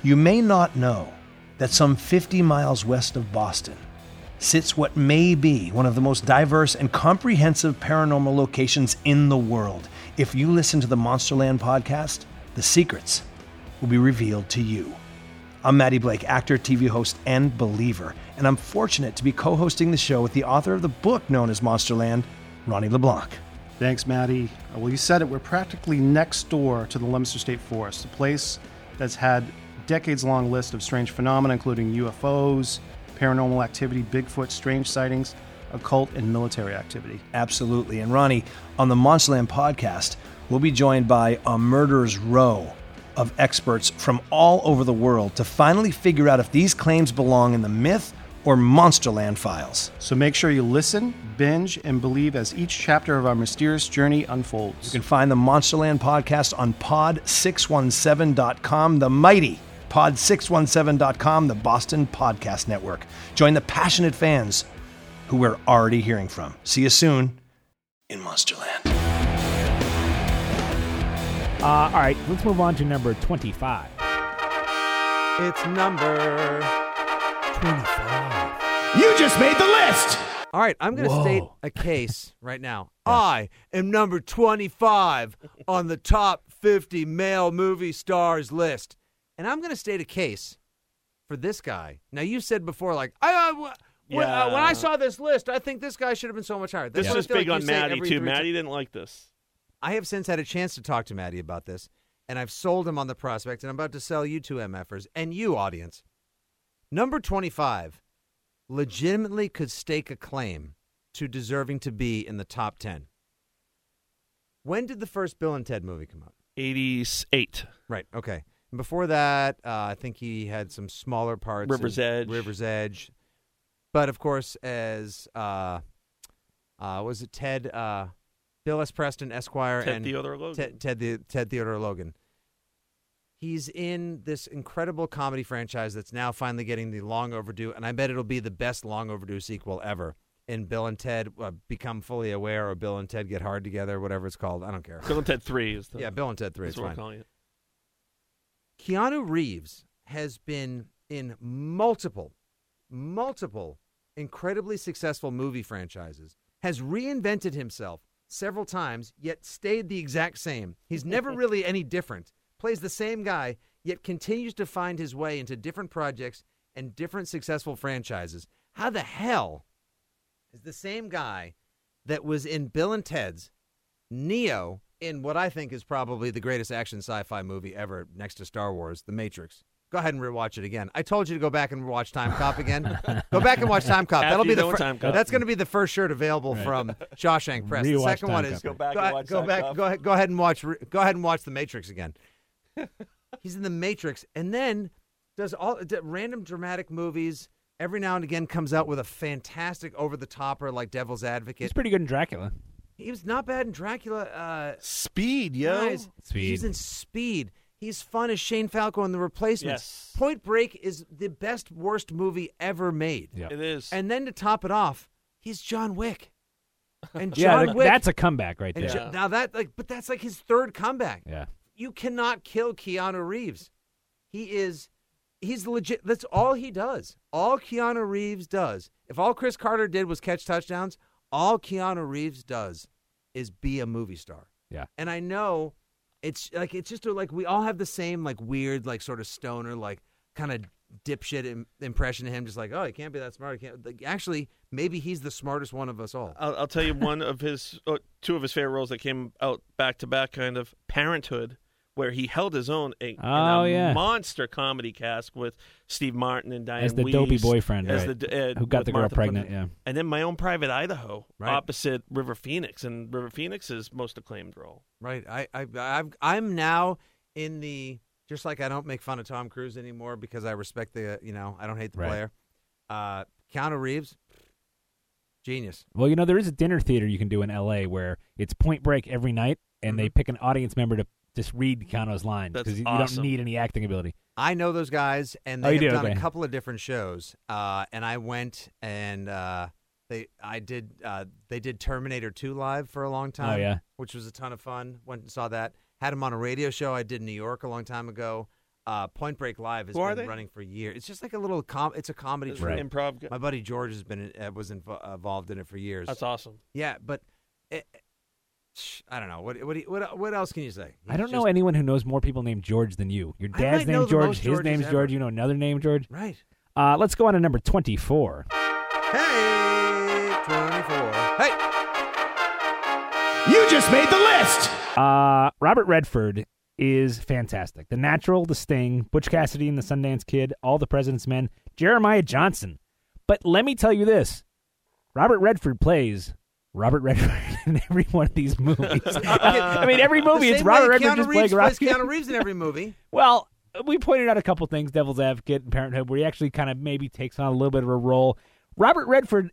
Speaker 2: You may not know that some 50 miles west of Boston sits what may be one of the most diverse and comprehensive paranormal locations in the world. If you listen to the Monsterland podcast, the secrets will be revealed to you. I'm Maddie Blake, actor, TV host, and believer, and I'm fortunate to be co hosting the show with the author of the book known as Monsterland, Ronnie LeBlanc.
Speaker 11: Thanks, Maddie. Uh, Well, you said it. We're practically next door to the Leominster State Forest, a place that's had decades-long list of strange phenomena, including UFOs, paranormal activity, Bigfoot, strange sightings. occult, and military activity.
Speaker 2: Absolutely. And Ronnie, on the Monsterland podcast, we'll be joined by a murderer's row of experts from all over the world to finally figure out if these claims belong in the myth or Monsterland files.
Speaker 11: So make sure you listen, binge, and believe as each chapter of our mysterious journey unfolds.
Speaker 2: You can find the Monsterland podcast on pod617.com, the mighty pod617.com, the Boston Podcast Network. Join the passionate fans who we're already hearing from. See you soon in Monsterland.
Speaker 6: Uh, all right, let's move on to number 25.
Speaker 9: It's number
Speaker 6: 25.
Speaker 12: You just made the list!
Speaker 9: All right, I'm going to
Speaker 12: Whoa.
Speaker 9: state a case [laughs] right now. I am number 25 on the top 50 male movie stars list. And I'm going to state a case for this guy. Now, you said before, like, I, I- wh- when, uh, when I
Speaker 10: Yeah.
Speaker 9: saw this list, I think this guy should have been so much higher. That's
Speaker 10: This
Speaker 9: what I
Speaker 10: was
Speaker 9: feel
Speaker 10: big
Speaker 9: like
Speaker 10: on
Speaker 9: you say
Speaker 10: Maddie
Speaker 9: every
Speaker 10: too.
Speaker 9: three
Speaker 10: Maddie didn't like this.
Speaker 9: I have since had a chance to talk to Maddie about this, and I've sold him on the prospect, and I'm about to sell you two MFers and you, audience. Number 25 legitimately could stake a claim to deserving to be in the top 10. When did the first Bill and Ted movie come out?
Speaker 10: 88.
Speaker 9: Right, okay. And before that, uh, I think he had some smaller parts. in
Speaker 10: River's Edge.
Speaker 9: River's Edge. But of course, as uh, uh, was it Ted, uh, Bill S. Preston, Esquire,
Speaker 10: Ted
Speaker 9: and
Speaker 10: Theodore Logan.
Speaker 9: Ted, Ted, the, Ted Theodore Logan. He's in this incredible comedy franchise that's now finally getting the long overdue, and I bet it'll be the best long overdue sequel ever. In Bill and Ted uh, become fully aware, or Bill and Ted get hard together, whatever it's called. I don't care.
Speaker 10: Bill and Ted 3 is the.
Speaker 9: Yeah, Bill and Ted 3
Speaker 10: That's
Speaker 9: is
Speaker 10: what we're
Speaker 9: fine.
Speaker 10: calling it.
Speaker 9: Keanu Reeves has been in multiple, multiple incredibly successful movie franchises, has reinvented himself several times, yet stayed the exact same. He's never really any different, plays the same guy, yet continues to find his way into different projects and different successful franchises. How the hell is the same guy that was in Bill and Ted's Neo in what I think is probably the greatest action sci-fi movie ever, next to Star Wars, The Matrix. Go ahead and rewatch it again. I told you to go back and watch Time Cop again. go back and watch Time Cop.
Speaker 10: After
Speaker 9: That'll be
Speaker 10: you're
Speaker 9: the
Speaker 10: done with Time Cop.
Speaker 9: that's going to be the first shirt available
Speaker 10: Right.
Speaker 9: from Shawshank Press. the
Speaker 10: Rewatch
Speaker 9: second
Speaker 10: Time
Speaker 9: one
Speaker 10: Cop.
Speaker 9: is
Speaker 10: Go back
Speaker 9: Go,
Speaker 10: and
Speaker 9: ahead-
Speaker 10: watch
Speaker 9: go
Speaker 10: Time
Speaker 9: back.
Speaker 10: Cop.
Speaker 9: Go ahead. Go ahead and watch. Re- Go ahead and watch The Matrix again. He's in The Matrix, and then does all d- random dramatic movies. Every now and again, comes out with a fantastic over the topper like Devil's Advocate.
Speaker 6: He's pretty good in Dracula.
Speaker 9: He was not bad in Dracula. Uh,
Speaker 10: Speed,
Speaker 6: yo.
Speaker 9: guys,
Speaker 6: Speed.
Speaker 9: He's in Speed. He's fun as Shane Falco in The Replacements.
Speaker 10: Yes.
Speaker 9: Point Break is the best worst movie ever made.
Speaker 10: It is.
Speaker 9: And then to top it off, he's John Wick. And
Speaker 6: [laughs] Yeah,
Speaker 9: John
Speaker 6: that-
Speaker 9: Wick.
Speaker 6: that's a comeback right
Speaker 9: and
Speaker 6: there.
Speaker 9: Jo- now that like, but that's like his third comeback.
Speaker 6: Yeah.
Speaker 9: You cannot kill Keanu Reeves. He is, he's legit. That's all he does. All Keanu Reeves does. If all Chris Carter did was catch touchdowns, all Keanu Reeves does is be a movie star.
Speaker 6: Yeah.
Speaker 9: And I know it's like it's just a, like we all have the same like weird like sort of stoner like kind of dipshit Im- impression of him, just like oh he can't be that smart. He can't. Like, actually, maybe he's the smartest one of us all.
Speaker 10: I'll, I'll tell you one of his, [laughs] uh, two of his favorite roles that came out back to back, kind of Parenthood, where he held his own in, in
Speaker 6: Oh,
Speaker 10: a
Speaker 6: yeah.
Speaker 10: monster comedy cast with Steve Martin and Diane
Speaker 6: As the dopey
Speaker 10: Wiest,
Speaker 6: boyfriend,
Speaker 10: as
Speaker 6: right,
Speaker 10: the, uh,
Speaker 6: who got
Speaker 10: with
Speaker 6: the girl
Speaker 10: Martha
Speaker 6: pregnant,
Speaker 10: Plimpton.
Speaker 6: yeah.
Speaker 10: and then My Own Private Idaho,
Speaker 9: Right.
Speaker 10: opposite River Phoenix, and River Phoenix's most acclaimed role.
Speaker 9: Right. I, I I've, I'm now in the just like I don't make fun of Tom Cruise anymore because I respect the you know I don't hate the
Speaker 6: Right.
Speaker 9: player. Uh, Keanu Reeves, genius.
Speaker 6: Well, you know, there is a dinner theater you can do in LA where it's point break every night and
Speaker 9: Mm-hmm.
Speaker 6: they pick an audience member to just read Keanu's lines
Speaker 10: That's
Speaker 6: because you, you
Speaker 10: awesome.
Speaker 6: don't need any acting ability.
Speaker 9: I know those guys, and
Speaker 6: Oh,
Speaker 9: they
Speaker 6: you
Speaker 9: have
Speaker 6: do?
Speaker 9: done
Speaker 6: Okay.
Speaker 9: a couple of different shows. Uh, and I went and uh, they I did uh, they did Terminator Two live for a long time.
Speaker 6: Oh, yeah.
Speaker 9: which was a ton of fun. Went and saw that. Had him on a radio show I did in New York a long time ago. Uh, Point Break Live has
Speaker 10: Who are
Speaker 9: been
Speaker 10: they?
Speaker 9: running for years. It's just like a little com. It's a comedy.
Speaker 10: It's
Speaker 9: troupe.
Speaker 10: an improv guy.
Speaker 9: My buddy George has been in- uh, was invo- involved in it for years.
Speaker 10: That's awesome.
Speaker 9: Yeah, but it, I don't know what what do you- what what else can you say?
Speaker 6: I don't
Speaker 9: He's
Speaker 6: know
Speaker 9: just-
Speaker 6: anyone who knows more people named George than you. Your
Speaker 9: I
Speaker 6: dad's
Speaker 9: might know
Speaker 6: named
Speaker 9: the
Speaker 6: George,
Speaker 9: most
Speaker 6: his
Speaker 9: Georges
Speaker 6: name's
Speaker 9: ever.
Speaker 6: George. You know another name, George.
Speaker 9: Right.
Speaker 6: Uh, let's go on to number twenty-four.
Speaker 9: Hey, twenty four. Hey.
Speaker 12: You just made the list!
Speaker 6: Uh, Robert Redford is fantastic. The Natural, The Sting, Butch Cassidy and the Sundance Kid, All the President's Men, Jeremiah Johnson. But let me tell you this Robert Redford plays Robert Redford [laughs] in every one of these movies.
Speaker 9: [laughs]
Speaker 6: I mean, every movie
Speaker 9: the
Speaker 6: it's
Speaker 9: same
Speaker 6: Robert
Speaker 9: way
Speaker 6: Redford
Speaker 9: Keanu
Speaker 6: just
Speaker 9: Reeves
Speaker 6: playing Rocky.
Speaker 9: plays Keanu Reeves in every
Speaker 6: [laughs]
Speaker 9: movie.
Speaker 6: Well, we pointed out a couple things, Devil's Advocate and Parenthood, where he actually kind of maybe takes on a little bit of a role. Robert Redford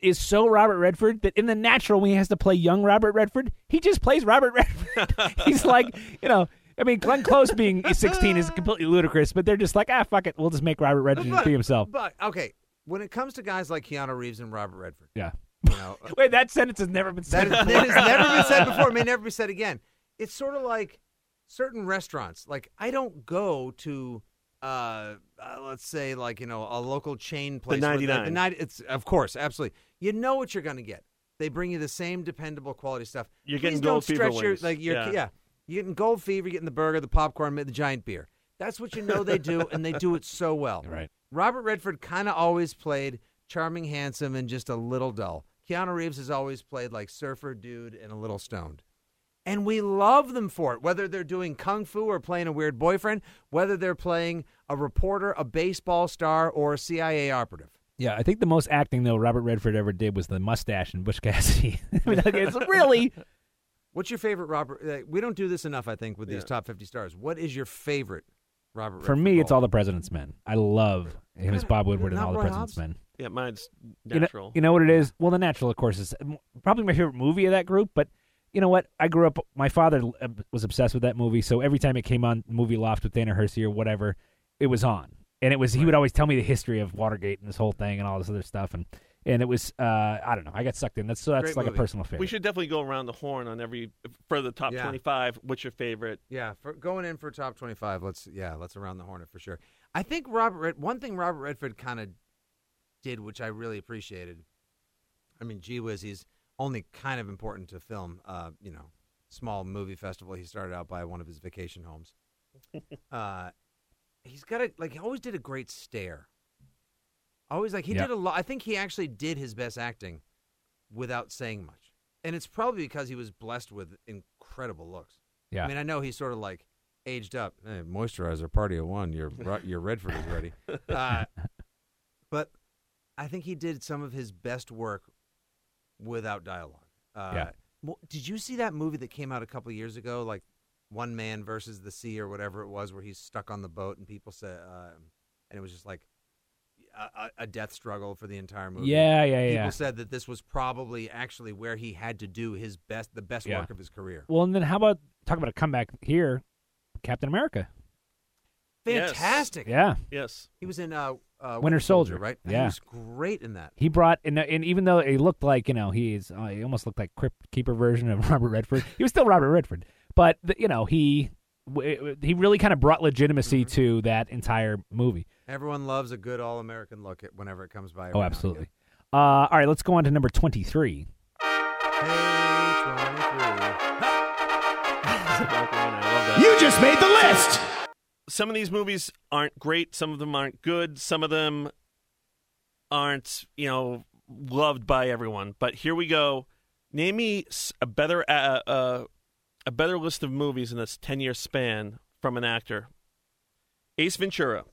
Speaker 6: is so Robert Redford that in the natural, when he has to play young Robert Redford, he just plays Robert Redford. [laughs] He's like, you know, I mean, Glenn Close being 16 is completely ludicrous, but they're just like, ah, fuck it, we'll just make Robert Redford
Speaker 9: But-
Speaker 6: be himself.
Speaker 9: But okay, when it comes to guys like Keanu Reeves and Robert Redford,
Speaker 6: Yeah.
Speaker 9: you know,
Speaker 6: Wait, that sentence has never been
Speaker 9: that,
Speaker 6: said.
Speaker 9: is, that has
Speaker 6: [laughs]
Speaker 9: never been said before. May never be said again. It's sort of like certain restaurants. Like I don't go to, uh, uh let's say, like you know, a local chain place. where
Speaker 10: 99.
Speaker 9: The, the 90 it's of course, absolutely. You know what you're going to get. They bring you the same dependable quality stuff.
Speaker 10: You're
Speaker 9: Please
Speaker 10: getting
Speaker 9: don't
Speaker 10: Gold Fever
Speaker 9: stretch your
Speaker 10: wings.
Speaker 9: like your
Speaker 10: Yeah.
Speaker 9: yeah. You're getting gold fever, you're getting the burger, the popcorn, the giant beer. That's what you know they do, and they do it so well.
Speaker 6: [laughs] Right.
Speaker 9: Robert Redford kind of always played charming, handsome, and just a little dull. Keanu Reeves has always played like surfer dude and a little stoned. And we love them for it, whether they're doing kung fu or playing a weird boyfriend, whether they're playing a reporter, a baseball star, or a CIA operative.
Speaker 6: Yeah, I think the most acting though Robert Redford ever did was the mustache in Bush Cassidy. [laughs] I mean, like, it's really
Speaker 9: What's your favorite Robert? Uh, we don't do this enough, I think, with these top 50 stars. What is your favorite Robert
Speaker 6: for
Speaker 9: Redford
Speaker 6: me, it's
Speaker 9: role?
Speaker 6: all the President's Men. I love him as Bob Woodward in
Speaker 9: Not
Speaker 6: all the
Speaker 9: Roy
Speaker 6: President's
Speaker 9: Hobbs?
Speaker 6: Men.
Speaker 10: Yeah, mine's
Speaker 6: You know-
Speaker 10: natural.
Speaker 6: You know, what it is? Well, The Natural, of course, is m- probably my favorite movie of that group. But you know what? I grew up. My father l- uh, was obsessed with that movie, so every time it came on Movie Loft with Dana Hersey or whatever, it was on, and it was. He would always tell me the history of Watergate and this whole thing and all this other stuff, and and it was. Uh, I don't know. I got sucked in. That's so that's
Speaker 9: Great
Speaker 6: like
Speaker 9: movie.
Speaker 6: a personal favorite.
Speaker 10: We should definitely go around the horn on every for the top
Speaker 9: Yeah.
Speaker 10: 25. What's your favorite?
Speaker 9: Yeah, for going in for top twenty-five. Let's yeah, let's around the horn it for sure. I think Robert. Red, one thing Robert Redford kind of did, which I really appreciated. I mean, gee whiz, he's only kind of important to film. Uh, you know, small movie festival. He started out by one of his vacation homes. uh, he's got a like. He always did a great stare. Always like he
Speaker 6: Yeah.
Speaker 9: did a lot. I think he actually did his best acting without saying much, and it's probably because he was blessed with incredible looks.
Speaker 6: yeah.
Speaker 9: I mean, I know he's sort of like aged up. Hey, moisturizer, party of one. Your Ro- your Redford is
Speaker 6: [laughs]
Speaker 9: ready. Uh, but I think he did some of his best work without dialogue. Uh,
Speaker 6: Yeah.
Speaker 9: mo- Did you see that movie that came out a couple years ago, like One Man versus the Sea or whatever it was, where he's stuck on the boat and people said, uh, and it was just like a, a- a death struggle for the entire movie.
Speaker 6: Yeah, yeah,
Speaker 9: People
Speaker 6: yeah.
Speaker 9: said that this was probably actually where he had to do his best, the best
Speaker 6: Yeah.
Speaker 9: work of his career.
Speaker 6: Well, and then how about talk about a comeback here, Captain America?
Speaker 10: Yes.
Speaker 9: Fantastic.
Speaker 6: Yeah,
Speaker 10: Yes.
Speaker 9: He was in uh, uh,
Speaker 6: Winter Soldier,
Speaker 9: right?
Speaker 6: yeah.
Speaker 9: He was great in that.
Speaker 6: he brought and and even though he looked like you know he's uh, he almost looked like Crypt Keeper version of [laughs] Robert Redford, he was still Robert Redford. But the, you know he w- w- he really kind of brought legitimacy
Speaker 9: Mm-hmm.
Speaker 6: to that entire movie.
Speaker 9: Everyone loves a good all American look at whenever it comes by. every
Speaker 6: Oh,
Speaker 9: now and
Speaker 6: absolutely. Uh, all right, let's go on to number twenty three.
Speaker 9: again. Hey, 23.
Speaker 12: You just made the list.
Speaker 10: Some of these movies aren't great. Some of them aren't good. Some of them aren't, you know, loved by everyone. But here we go. Name me s- a better uh, uh, a better list of movies in this ten year span from an actor. Ace Ventura,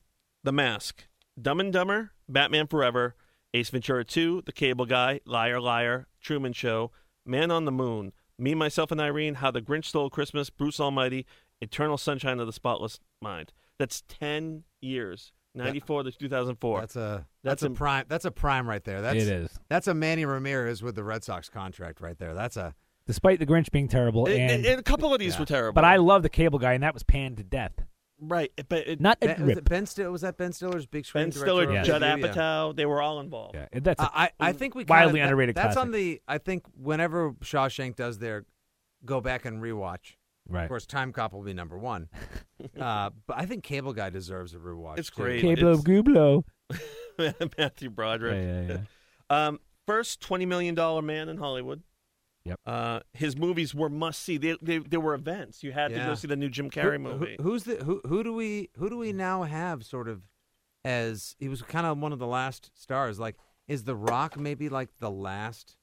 Speaker 10: The Mask, Dumb and Dumber, Batman Forever, Ace Ventura 2, The Cable Guy, Liar Liar, Truman Show, Man on the Moon, Me, Myself, and Irene, How the Grinch Stole Christmas, Bruce Almighty, Eternal Sunshine of the Spotless Mind. That's 10 years, 94 to 2004.
Speaker 9: That's a
Speaker 10: That's
Speaker 9: that's, a
Speaker 10: im-
Speaker 9: prime. That's a prime right there. That's
Speaker 6: It is.
Speaker 9: That's a Manny Ramirez with the Red Sox contract right there. That's a
Speaker 6: Despite the Grinch being terrible,
Speaker 10: And-
Speaker 6: and,
Speaker 10: and a couple of these
Speaker 9: yeah.
Speaker 10: were terrible.
Speaker 6: but I love the Cable Guy, and that was panned to death.
Speaker 10: Right, but it,
Speaker 6: Not a
Speaker 9: Ben, was,
Speaker 6: rip.
Speaker 9: it ben Still, was that Ben Stiller's big screen
Speaker 10: Ben
Speaker 9: director
Speaker 10: Stiller,
Speaker 9: of
Speaker 6: Yeah.
Speaker 9: the
Speaker 10: Judd
Speaker 9: movie? Yeah.
Speaker 10: Apatow, they were all involved.
Speaker 6: Yeah, that's a,
Speaker 9: I, I I think we kinda-
Speaker 6: wildly
Speaker 9: that-
Speaker 6: underrated
Speaker 9: That's on the.
Speaker 6: classic.
Speaker 9: I think whenever Shawshank does their go back and rewatch,
Speaker 6: right.
Speaker 9: Of course, Time Cop will be number
Speaker 6: [laughs]
Speaker 9: one. uh, but I think Cable Guy deserves a rewatch.
Speaker 10: It's
Speaker 9: too.
Speaker 10: great.
Speaker 6: Cablo
Speaker 10: it's-
Speaker 6: Gublo.
Speaker 10: [laughs] Matthew
Speaker 6: Yeah,
Speaker 10: Broderick.
Speaker 6: yeah, yeah.
Speaker 10: Um, first twenty million dollar man in Hollywood.
Speaker 6: Yep.
Speaker 10: Uh, his movies were must see. They, they they were events. You had to go
Speaker 9: Yeah.
Speaker 10: see the new Jim Carrey
Speaker 9: Who- who-
Speaker 10: movie.
Speaker 9: who's the who? Who do we who do we now have sort of as he was kind of one of the last stars. Like, is The Rock maybe like the last,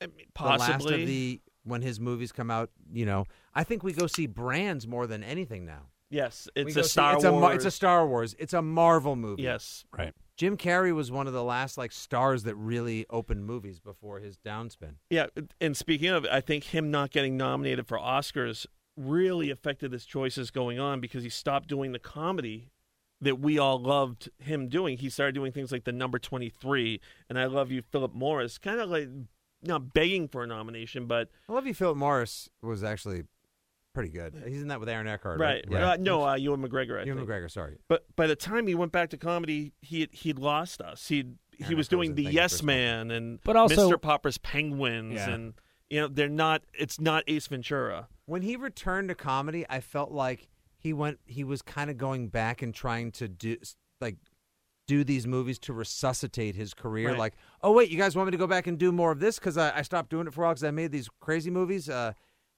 Speaker 10: I mean,
Speaker 9: the last
Speaker 10: possibly.
Speaker 9: of the when his movies come out? You know, I think we go see brands more than anything now.
Speaker 10: yes,
Speaker 9: We
Speaker 10: it's
Speaker 9: go
Speaker 10: a
Speaker 9: see-
Speaker 10: Star
Speaker 9: it's
Speaker 10: Wars.
Speaker 9: A, Mar- it's a Star Wars. It's a Marvel movie.
Speaker 10: Yes.
Speaker 6: Right.
Speaker 9: Jim Carrey was one of the last like stars that really opened movies before his downspin.
Speaker 10: Yeah, and speaking of, it, I think him not getting nominated for Oscars really affected his choices going on because he stopped doing the comedy that we all loved him doing. He started doing things like the number 23 and I love you Philip Morris, kind of like not begging for a nomination, but
Speaker 9: I love you Philip Morris was actually pretty good. He's in that with Aaron Eckhart, right?
Speaker 10: right. Uh, no, uh, Ewan McGregor. I
Speaker 9: Ewan
Speaker 10: think.
Speaker 9: McGregor, sorry.
Speaker 10: But by the time he went back to comedy, he he'd lost us. He he
Speaker 9: Aaron
Speaker 10: was
Speaker 9: Eckhart
Speaker 10: doing
Speaker 9: was
Speaker 10: the
Speaker 9: in Thank
Speaker 10: Yes
Speaker 9: You for
Speaker 10: Man and
Speaker 6: But also-
Speaker 10: Mr. Popper's Penguins
Speaker 9: Yeah.
Speaker 10: and you know they're not. It's not Ace Ventura.
Speaker 9: When he returned to comedy, I felt like he went. He was kind of going back and trying to do like do these movies to resuscitate his career.
Speaker 10: Right.
Speaker 9: Like, oh wait, you guys want me to go back and do more of this because I, I stopped doing it for a while because I made these crazy movies. Uh,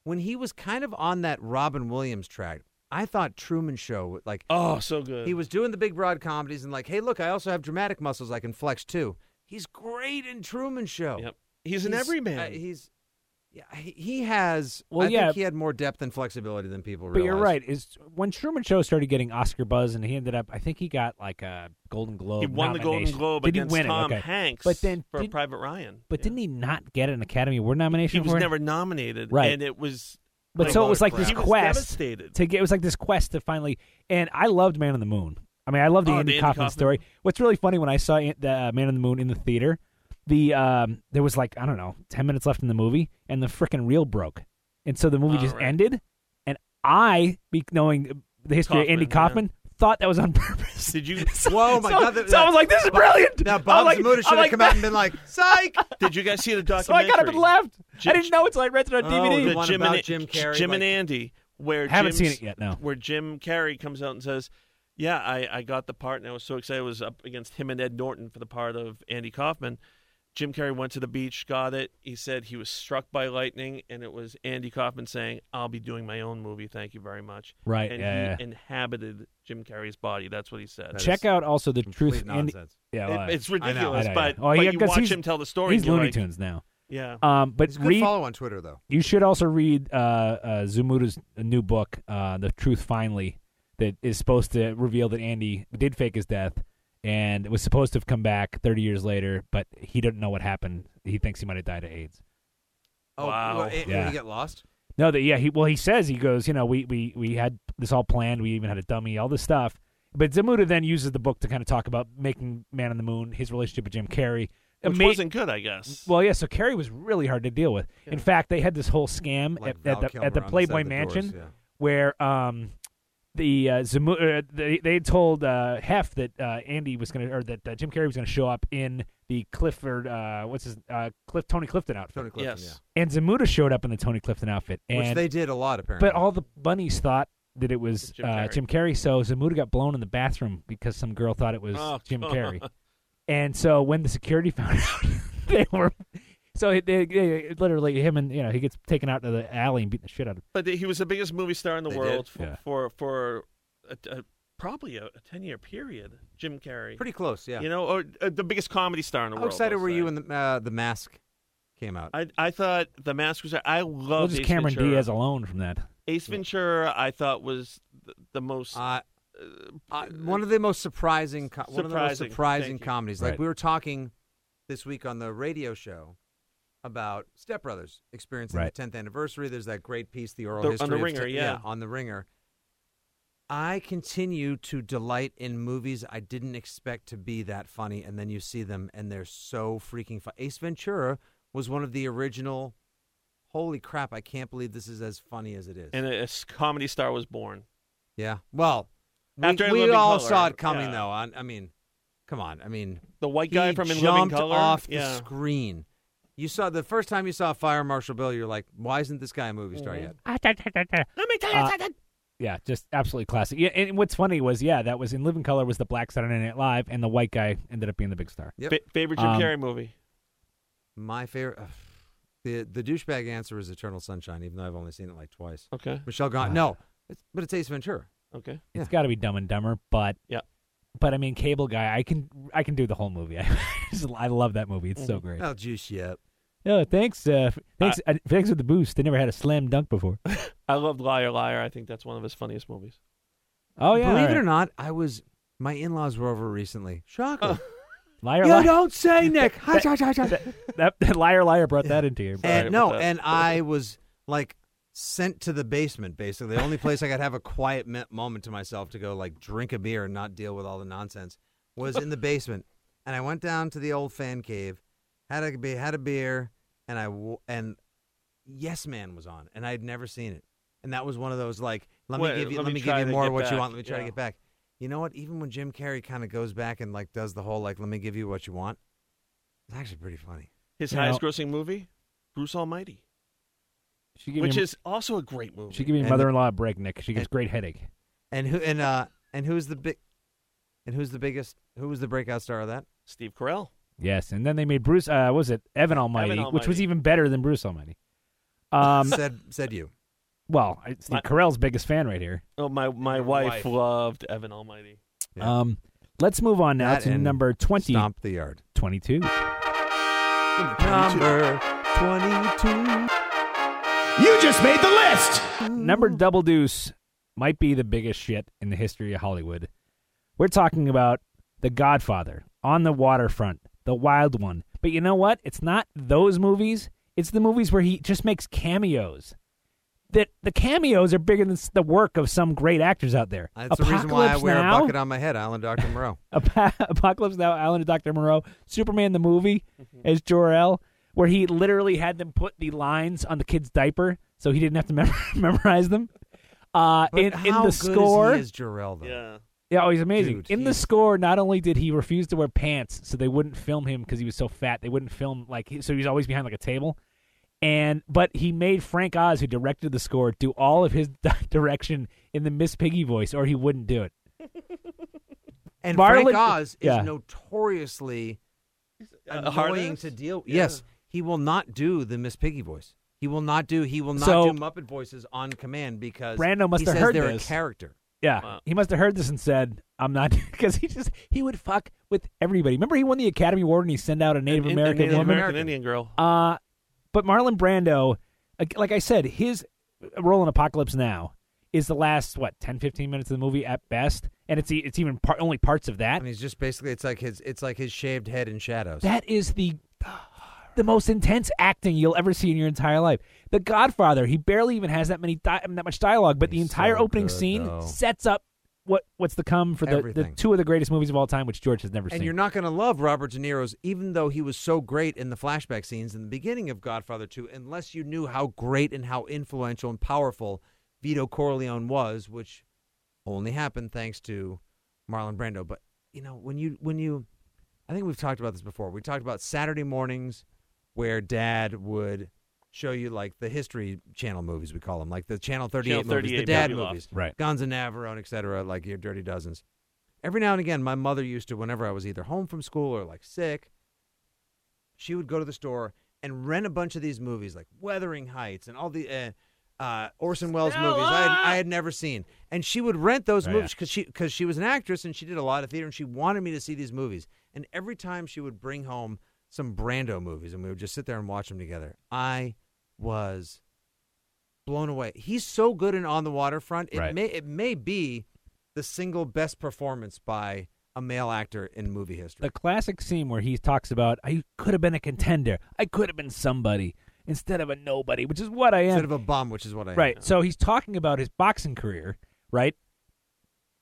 Speaker 9: when he was kind of on that Robin Williams track, I thought Truman Show would, like
Speaker 10: Oh, so good.
Speaker 9: He was doing the big broad comedies and like, hey, look, I also have dramatic muscles I can flex too. He's great in Truman Show.
Speaker 10: Yep. He's an everyman.
Speaker 9: uh, he's yeah, he, he has.
Speaker 6: Well,
Speaker 9: I
Speaker 6: yeah.
Speaker 9: think he had more depth and flexibility than people
Speaker 6: But
Speaker 9: realize.
Speaker 6: you're right. Is when Truman Show started getting Oscar buzz, and he ended up, I think he got like a Golden Globe.
Speaker 10: he won the Golden
Speaker 6: Oh, nomination.
Speaker 10: Globe
Speaker 6: Did he
Speaker 10: against
Speaker 6: win it?
Speaker 10: Tom
Speaker 6: Okay.
Speaker 10: Hanks,
Speaker 6: but then
Speaker 10: for
Speaker 6: did,
Speaker 10: Private Ryan.
Speaker 6: but didn't he not get an Academy Award nomination?
Speaker 10: He was
Speaker 6: for it?
Speaker 10: never nominated,
Speaker 6: Right.
Speaker 10: And it was.
Speaker 6: But so it was like this
Speaker 10: He was
Speaker 6: quest
Speaker 10: devastated.
Speaker 6: to get. It was like this quest to finally. And I loved Man on the Moon. I mean, I love the
Speaker 10: Oh,
Speaker 6: Andy
Speaker 10: the Andy
Speaker 6: Kaufman
Speaker 10: Kaufman.
Speaker 6: story. What's really funny when I saw An- the uh, Man on the Moon in the theater, the um, there was like I don't know ten minutes left in the movie, and the frickin' reel broke, and so the movie
Speaker 10: Oh,
Speaker 6: just
Speaker 10: right.
Speaker 6: ended. And I, be- knowing the history of Andy
Speaker 10: Kaufman,
Speaker 6: Kaufman, thought that was on [laughs] purpose.
Speaker 10: Did you?
Speaker 9: Whoa, oh my
Speaker 6: So-
Speaker 9: god! that-
Speaker 6: so I was like, this is brilliant.
Speaker 9: Now
Speaker 6: [laughs] I was
Speaker 9: Bob
Speaker 6: like-
Speaker 9: Zamuda
Speaker 6: I'm
Speaker 9: should have
Speaker 6: like-
Speaker 9: come out and been like,
Speaker 6: [laughs]
Speaker 9: "Psych."
Speaker 10: Did you guys see the
Speaker 6: So I
Speaker 10: documentary?
Speaker 6: got up and left. I
Speaker 10: Jim-
Speaker 6: didn't know until I rented it on
Speaker 9: Oh,
Speaker 6: DVD.
Speaker 9: the one
Speaker 10: Jim
Speaker 9: about
Speaker 10: and
Speaker 9: Jim Carrey,
Speaker 10: Jim and
Speaker 9: like-
Speaker 10: Andy, where
Speaker 6: Haven't seen
Speaker 10: Jim's-
Speaker 6: it yet, no.
Speaker 10: Where Jim Carrey comes out and says, "Yeah, I, I got the part, and I was so excited. It was up against him and Ed Norton for the part of Andy Kaufman." Jim Carrey went to the beach, got it. He said he was struck by lightning, and it was Andy Kaufman saying, "I'll be doing my own movie. Thank you very much."
Speaker 6: Right,
Speaker 10: and
Speaker 6: yeah, yeah.
Speaker 10: he inhabited Jim Carrey's body. That's what he said.
Speaker 6: Check out also the
Speaker 9: complete
Speaker 6: truth. Andy-
Speaker 9: nonsense.
Speaker 6: yeah,
Speaker 10: It-
Speaker 6: well, I
Speaker 10: it's
Speaker 6: know, I
Speaker 10: ridiculous,
Speaker 6: know,
Speaker 10: but-
Speaker 6: yeah. Well,
Speaker 10: but
Speaker 6: yeah,
Speaker 10: you
Speaker 6: 'cause
Speaker 10: watch
Speaker 6: he's-
Speaker 10: him tell the story
Speaker 6: He's
Speaker 10: and you're
Speaker 6: Looney
Speaker 10: like-
Speaker 6: Tunes now.
Speaker 10: Yeah.
Speaker 6: Um, but
Speaker 9: He's a good
Speaker 6: read,
Speaker 9: follow on Twitter though.
Speaker 6: you should also read uh, uh, Zumuda's new book, uh, "The Truth Finally," that is supposed to reveal that Andy did fake his death and was supposed to have come back 30 years later, but he didn't know what happened. He thinks he might have died of AIDS.
Speaker 9: Oh,
Speaker 10: Wow.
Speaker 9: well, it-
Speaker 6: Yeah.
Speaker 9: we get lost.
Speaker 6: No, that yeah, he well he says he goes, you know, we we we had this all planned, we even had a dummy, all this stuff. But Zamuda then uses the book to kind of talk about making Man on the Moon, his relationship with Jim Carrey.
Speaker 10: Which
Speaker 6: Ama-
Speaker 10: wasn't good, I guess.
Speaker 6: Well, yeah, so Carrey was really hard to deal with. In fact, they had this whole scam
Speaker 9: Like
Speaker 6: at, at
Speaker 9: Val
Speaker 6: the
Speaker 9: Kilmer
Speaker 6: at the
Speaker 9: on the
Speaker 6: Playboy
Speaker 9: set of The
Speaker 6: Mansion
Speaker 9: Doors, yeah.
Speaker 6: where um the uh, Zamu- uh they they told uh Hef that uh Andy was going to or that uh, Jim Carrey was going to show up in the Clifford uh what's his uh Cliff Tony Clifton outfit.
Speaker 9: Tony Clifton,
Speaker 10: Yes.
Speaker 6: And Zamuda showed up in the Tony Clifton outfit,
Speaker 9: yeah.
Speaker 6: and
Speaker 9: Which they did a lot apparently.
Speaker 6: but all the bunnies thought that it was
Speaker 10: Jim
Speaker 6: uh,
Speaker 10: Carrey.
Speaker 6: Jim Carrey. So Zamuda got blown in the bathroom because some girl thought it was
Speaker 10: Oh,
Speaker 6: Jim
Speaker 10: God.
Speaker 6: Carrey. And so when the security [laughs] found out, they were so it, they, they- literally him and you know he gets taken out to the alley and beaten the shit out of.
Speaker 10: But he was the biggest movie star in the
Speaker 9: They
Speaker 10: world
Speaker 9: did.
Speaker 10: for,
Speaker 6: Yeah.
Speaker 10: for for a, a, probably a, a ten year period. Jim Carrey,
Speaker 9: pretty close, yeah.
Speaker 10: you know, or uh, the biggest comedy star in the
Speaker 9: How
Speaker 10: world.
Speaker 9: excited
Speaker 10: I'll
Speaker 9: were
Speaker 10: say.
Speaker 9: you when the uh, the mask came out?
Speaker 10: I I thought The Mask was. I
Speaker 6: Well,
Speaker 10: love
Speaker 6: just
Speaker 10: Ace
Speaker 6: Cameron
Speaker 10: Ventura.
Speaker 6: Diaz alone from
Speaker 10: [laughs]
Speaker 6: that.
Speaker 10: Ace Ventura, I thought was the, the most.
Speaker 9: Uh, uh, one of the most surprising, co- one of the most
Speaker 10: Surprising,
Speaker 9: surprising
Speaker 10: thank you.
Speaker 9: comedies.
Speaker 6: Right.
Speaker 9: Like we were talking this week on the radio show about Step Brothers experiencing
Speaker 6: Right.
Speaker 9: the 10th anniversary. There's that great piece, the oral
Speaker 10: The- on
Speaker 9: history
Speaker 10: The
Speaker 9: of
Speaker 10: Ringer,
Speaker 9: Te-
Speaker 10: yeah.
Speaker 9: on the Ringer. I continue to delight in movies I didn't expect to be that funny, and then you see them, and they're so freaking fun. Ace Ventura was one of the original. Holy crap! I can't believe this is as funny as it is.
Speaker 10: and a, a s- comedy star was born.
Speaker 9: Yeah. Well, we,
Speaker 10: After In
Speaker 9: we
Speaker 10: Living
Speaker 9: all
Speaker 10: Color,
Speaker 9: saw it coming,
Speaker 10: yeah.
Speaker 9: though. I, I mean, come on. I mean,
Speaker 10: The white guy
Speaker 9: he
Speaker 10: from In Living
Speaker 9: jumped
Speaker 10: Color.
Speaker 9: off the
Speaker 10: yeah.
Speaker 9: screen. You saw the first time you saw Fire Marshal Bill, you're like, why isn't this guy a movie star
Speaker 10: Mm-hmm.
Speaker 9: yet?
Speaker 10: Let me tell
Speaker 6: you Uh, something. Yeah, just absolutely classic. Yeah, and what's funny was yeah that was in Living Color was the black Saturday Night Live, and the white guy ended up being the big star.
Speaker 9: Yep.
Speaker 10: favorite Jim
Speaker 6: Um,
Speaker 10: Carrey movie.
Speaker 9: My favorite. ugh. the the douchebag answer is Eternal Sunshine, even though I've only seen it like twice.
Speaker 10: Okay.
Speaker 9: Michelle
Speaker 10: Ah.
Speaker 9: Gone. No, it's, but it's Ace Ventura.
Speaker 10: Okay.
Speaker 6: It's
Speaker 9: Yeah.
Speaker 6: got to be Dumb and Dumber, but
Speaker 10: Yeah.
Speaker 6: but I mean Cable Guy, I can I can do the whole movie. [laughs] I just, I love that movie. It's so great.
Speaker 9: I'll juice you up.
Speaker 6: Oh, thanks. Uh, f- thanks. Uh, thanks for the boost. They never had a slam dunk before.
Speaker 10: I loved Liar Liar. I think that's one of his funniest movies.
Speaker 6: Oh yeah.
Speaker 10: Oh.
Speaker 9: Believe it or not, I was. My in laws were over recently. Shocker.
Speaker 6: Liar,
Speaker 9: You
Speaker 6: liar.
Speaker 9: don't say, Nick.
Speaker 6: that, [laughs] that- that- that liar, liar brought that into you.
Speaker 9: [laughs] And no, and I was like sent to the basement, basically. The only place I could have a quiet me- moment to myself to go like drink a beer and not deal with all the nonsense was
Speaker 10: [laughs]
Speaker 9: in the basement. And I went down to the old fan cave, had a be had a beer, and I w- and Yes Man was on, and I had never seen it. And that was one of those like, let
Speaker 10: Wait,
Speaker 9: me give you,
Speaker 10: let
Speaker 9: let,
Speaker 10: me
Speaker 9: me give
Speaker 10: try
Speaker 9: you
Speaker 10: to
Speaker 9: more
Speaker 10: get
Speaker 9: of what
Speaker 10: back.
Speaker 9: you want. Let me try to
Speaker 10: Yeah.
Speaker 9: get back. You know what? Even when Jim Carrey kind of goes back and like does the whole like, let me give you what you want, it's actually pretty funny.
Speaker 10: His
Speaker 9: You know-
Speaker 10: highest grossing movie, Bruce Almighty,
Speaker 6: She gave
Speaker 10: which
Speaker 6: me,
Speaker 10: is also a great movie.
Speaker 6: she gave me
Speaker 9: and-
Speaker 6: mother-in-law a break, Nick. She gets
Speaker 9: and-
Speaker 6: great headache.
Speaker 9: And who and uh and who's the big and who's the biggest who was the breakout star of that?
Speaker 10: Steve Carell.
Speaker 6: Yes, and then they made Bruce. Uh, what was it Evan Almighty, which was
Speaker 10: Almighty.
Speaker 6: even better than Bruce Almighty. Um,
Speaker 9: said said you.
Speaker 6: well, I- Steve
Speaker 10: My-
Speaker 6: Carell's biggest fan right here.
Speaker 10: Oh, my my
Speaker 9: Your wife.
Speaker 10: wife, loved Evan Almighty.
Speaker 6: Um, let's move on now
Speaker 9: That
Speaker 6: to
Speaker 9: and
Speaker 6: number twenty.
Speaker 9: Stomp the yard.
Speaker 6: Twenty-two.
Speaker 12: Number
Speaker 9: twenty-two.
Speaker 12: You just made the list.
Speaker 6: Number Double Deuce might be the biggest shit in the history of Hollywood. We're talking about The Godfather, On the Waterfront, The Wild One. But you know what? It's not those movies. It's the movies where he just makes cameos. That the cameos are bigger than s- the work of some great actors out there.
Speaker 9: That's the reason why I
Speaker 6: Apocalypse
Speaker 9: wear
Speaker 6: now,
Speaker 9: a bucket on my head, Island Dr. Moreau.
Speaker 6: Ap- Apocalypse Now, Island of Dr. Moreau, Superman the movie
Speaker 9: Mm-hmm.
Speaker 6: as Jor-El, where he literally had them put the lines on the kid's diaper so he didn't have to mem- [laughs] memorize them. Uh,
Speaker 9: But
Speaker 6: [laughs] in, in
Speaker 9: how
Speaker 6: the
Speaker 9: good
Speaker 6: score,
Speaker 9: is he as Jarell though?
Speaker 10: Yeah.
Speaker 6: yeah, oh, he's amazing.
Speaker 9: Dude,
Speaker 6: in the score, not only did he refuse to wear pants, so they wouldn't film him because he was so fat. They wouldn't film like he- so he was always behind like a table. And but he made Frank Oz, who directed the score, do all of his [laughs] direction in the Miss Piggy voice, or he wouldn't do it.
Speaker 9: And
Speaker 6: Marlon-
Speaker 9: Frank Oz
Speaker 6: yeah.
Speaker 9: is notoriously
Speaker 10: a hard
Speaker 9: annoying
Speaker 10: ass?
Speaker 9: to deal with.
Speaker 10: Uh, Yeah.
Speaker 9: Yes, he will not do the Miss Piggy voice. He will not do. He will not
Speaker 6: So-
Speaker 9: do Muppet voices on command because
Speaker 6: Brando must
Speaker 9: he
Speaker 6: have
Speaker 9: says
Speaker 6: heard
Speaker 9: they're
Speaker 6: this.
Speaker 9: a character.
Speaker 6: Yeah,
Speaker 10: Wow.
Speaker 6: he must have heard this and said, "I'm not," [laughs] because he just he would fuck with everybody. Remember, he won the Academy Award and he sent out a Native
Speaker 10: An Indian-
Speaker 6: American
Speaker 10: Native
Speaker 6: woman.
Speaker 10: American Indian girl.
Speaker 6: Uh, but Marlon Brando, like- like I said, his role in Apocalypse Now is the last what 10, 15 minutes of the movie at best, and it's e- it's even par- only parts of that.
Speaker 9: And he's just basically it's like his it's like his shaved head in shadows.
Speaker 6: That is the the most intense acting you'll ever see in your entire life. The Godfather, he barely even has that many di- that much dialogue, but the
Speaker 9: He's
Speaker 6: entire
Speaker 9: so
Speaker 6: opening
Speaker 9: good,
Speaker 6: scene
Speaker 9: though.
Speaker 6: sets up what what's to come for the, the
Speaker 9: Everything.
Speaker 6: two of the greatest movies of all time, which George has never
Speaker 9: and
Speaker 6: seen.
Speaker 9: you're not going to love Robert De Niro's, even though he was so great in the flashback scenes in the beginning of Godfather 2, unless you knew how great and how influential and powerful Vito Corleone was, which only happened thanks to Marlon Brando. But you know, when you when you, I think we've talked about this before. We talked about Saturday mornings where Dad would show you like the History Channel movies. We call them like the Channel 38,
Speaker 10: Channel
Speaker 9: movies,
Speaker 10: 38
Speaker 9: the Dad
Speaker 10: movie loft.
Speaker 9: movies,
Speaker 6: Right.
Speaker 9: Guns and Navarone, et cetera, like your Dirty Dozens every now and again, my mother used to, whenever I was either home from school or like sick, she would go to the store and rent a bunch of these movies, like Weathering Heights and all the uh, uh, Orson Welles movies I had, I had never seen. And she would rent those
Speaker 6: Oh, yeah.
Speaker 9: movies because she because she was an actress and she did a lot of theater and she wanted me to see these movies. And every time she would bring home some Brando movies and we would just sit there and watch them together. I was blown away. He's so good in On the Waterfront. It
Speaker 6: Right.
Speaker 9: may it may be the single best performance by a male actor in movie history.
Speaker 6: the classic scene where he talks about I could have been a contender, I could have been somebody instead of a nobody, which is what I am.
Speaker 9: Instead of a bomb, which is what I
Speaker 6: Right. So he's talking about his boxing career, right?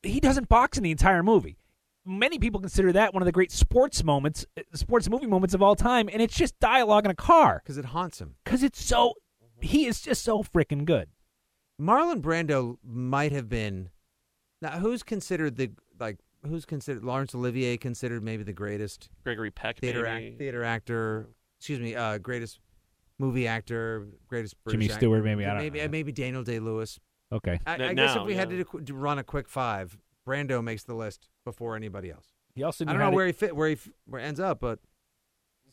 Speaker 6: He doesn't box in the entire movie. Many people consider that one of the great sports moments, uh, sports movie moments of all time, and it's just dialogue in a car
Speaker 9: because it haunts him.
Speaker 6: because it's so. He is just so freaking good.
Speaker 9: Marlon Brando might have been now who's considered the like who's considered Laurence Olivier considered maybe the greatest
Speaker 10: Gregory Peck.
Speaker 9: theater
Speaker 10: maybe.
Speaker 9: act, theater actor. Excuse me, uh, greatest movie actor, greatest
Speaker 6: Jimmy
Speaker 9: British act-
Speaker 6: Stewart, maybe, I don't
Speaker 9: maybe
Speaker 6: know.
Speaker 9: maybe Daniel Day Lewis.
Speaker 6: Okay.
Speaker 9: I,
Speaker 10: That
Speaker 9: I guess
Speaker 10: now,
Speaker 9: if we had
Speaker 10: yeah.
Speaker 9: to, do, qu- to run a quick five, Brando makes the list before anybody else.
Speaker 6: He also knew
Speaker 9: I don't
Speaker 6: how
Speaker 9: know
Speaker 6: to-
Speaker 9: where he fit, where he f- where he ends up, but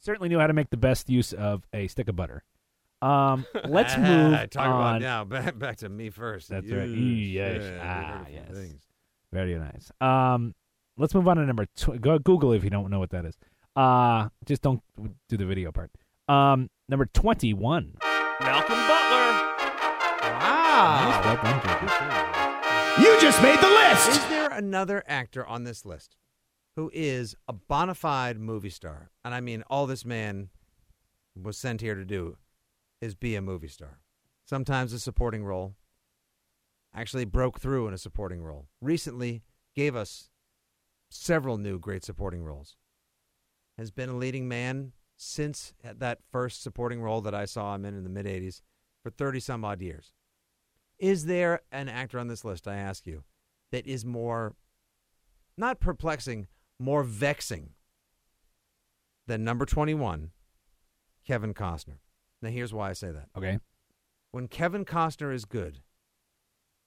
Speaker 6: certainly knew how to make the best use of a stick of butter. Um,
Speaker 9: [laughs]
Speaker 6: let's move
Speaker 9: Ah, talk
Speaker 6: on.
Speaker 9: about now. [laughs] Back, back to me first.
Speaker 6: That's right.
Speaker 9: Yes,
Speaker 6: Mm, yes.
Speaker 9: yeah, we've
Speaker 6: Ah,
Speaker 9: heard a few
Speaker 6: yes.
Speaker 9: things.
Speaker 6: Very nice. Um, let's move on to number tw- go Google if you don't know what that is. Uh, just don't do the video part. Um, number twenty-one.
Speaker 10: Malcolm Butler.
Speaker 9: Wow.
Speaker 6: Well done, Jacob.
Speaker 12: You just made the list.
Speaker 9: Is there another actor on this list who is a bona fide movie star. And I mean, all this man was sent here to do is be a movie star. Sometimes a supporting role. Actually, broke through in a supporting role. Recently, gave us several new great supporting roles. Has been a leading man since that first supporting role that I saw him in in the mid 80s for 30 some odd years. Is there an actor on this list, I ask you, that is more, not perplexing, more vexing than number 21, Kevin Costner? Now, here's why I say that.
Speaker 6: Okay.
Speaker 9: When Kevin Costner is good,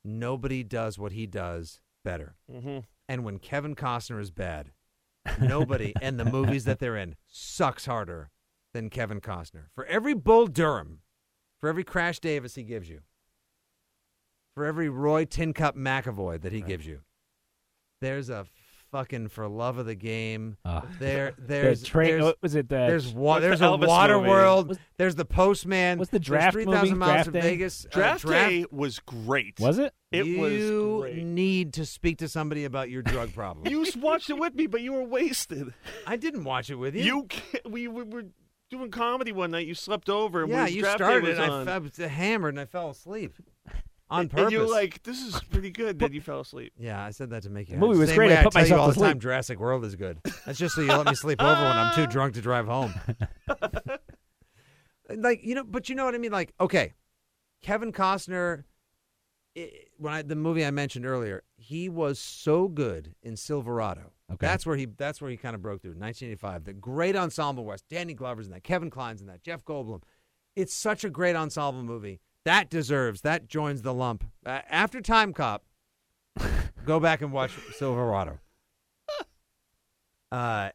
Speaker 9: nobody does what he does better.
Speaker 10: Mhm.
Speaker 9: And when Kevin Costner is bad,
Speaker 6: [laughs]
Speaker 9: nobody and the movies that they're in sucks harder than Kevin Costner. For every Bull Durham, for every Crash Davis he gives you, for every Roy Tin Cup McAvoy that he gives you, there's a fucking for love of the game.
Speaker 6: Ah. [laughs]
Speaker 9: there,
Speaker 6: The
Speaker 9: there's,
Speaker 6: train-
Speaker 9: there's
Speaker 6: what was it, the-
Speaker 9: there's wa-
Speaker 6: uh, what's
Speaker 9: there's
Speaker 6: the
Speaker 9: a
Speaker 6: Elvis
Speaker 9: Water
Speaker 6: movie?
Speaker 9: World.
Speaker 6: Was-
Speaker 9: there's the Postman.
Speaker 6: was the
Speaker 9: there's
Speaker 6: draft movie,
Speaker 9: 3,000 miles
Speaker 6: Draft
Speaker 9: to
Speaker 6: Day?
Speaker 9: Vegas. uh,
Speaker 10: Draft,
Speaker 9: draft
Speaker 10: Day was great.
Speaker 6: Was it?
Speaker 10: It
Speaker 9: you
Speaker 10: was great.
Speaker 9: need to speak to somebody about your drug problem.
Speaker 10: You s- watched it with me, but you
Speaker 9: [laughs]
Speaker 10: were wasted.
Speaker 9: I didn't watch it with you.
Speaker 10: You ca- we, we were doing comedy one night. You slept over. And
Speaker 9: yeah,
Speaker 10: when
Speaker 9: you
Speaker 10: draft Day
Speaker 9: started.
Speaker 10: was
Speaker 9: and I
Speaker 10: on.
Speaker 9: fe- I was hammered and I fell
Speaker 6: [laughs]
Speaker 9: asleep on
Speaker 10: And
Speaker 9: purpose.
Speaker 10: you were like, "This is pretty good." then you fell asleep.
Speaker 9: yeah, I said that to make you.
Speaker 6: The movie was
Speaker 9: Same
Speaker 6: great,
Speaker 9: Way
Speaker 6: I put
Speaker 9: tell you
Speaker 6: myself
Speaker 9: all
Speaker 6: to
Speaker 9: the time.
Speaker 6: sleep.
Speaker 9: Jurassic World is
Speaker 6: [laughs]
Speaker 9: good. That's just so you let me sleep over when I'm too drunk to drive home. like you know, but you know what I mean. Like okay, Kevin Costner. i when I, the movie I mentioned earlier, he was so good in Silverado.
Speaker 6: Okay.
Speaker 9: That's where he. That's where he kind of broke through. 1985, the great ensemble West. Danny Glover's in that. Kevin Kline's in that. Jeff Goldblum. It's such a great ensemble movie. That deserves. That joins the lump. Uh, after Time Cop, go back and watch Silverado. Uh,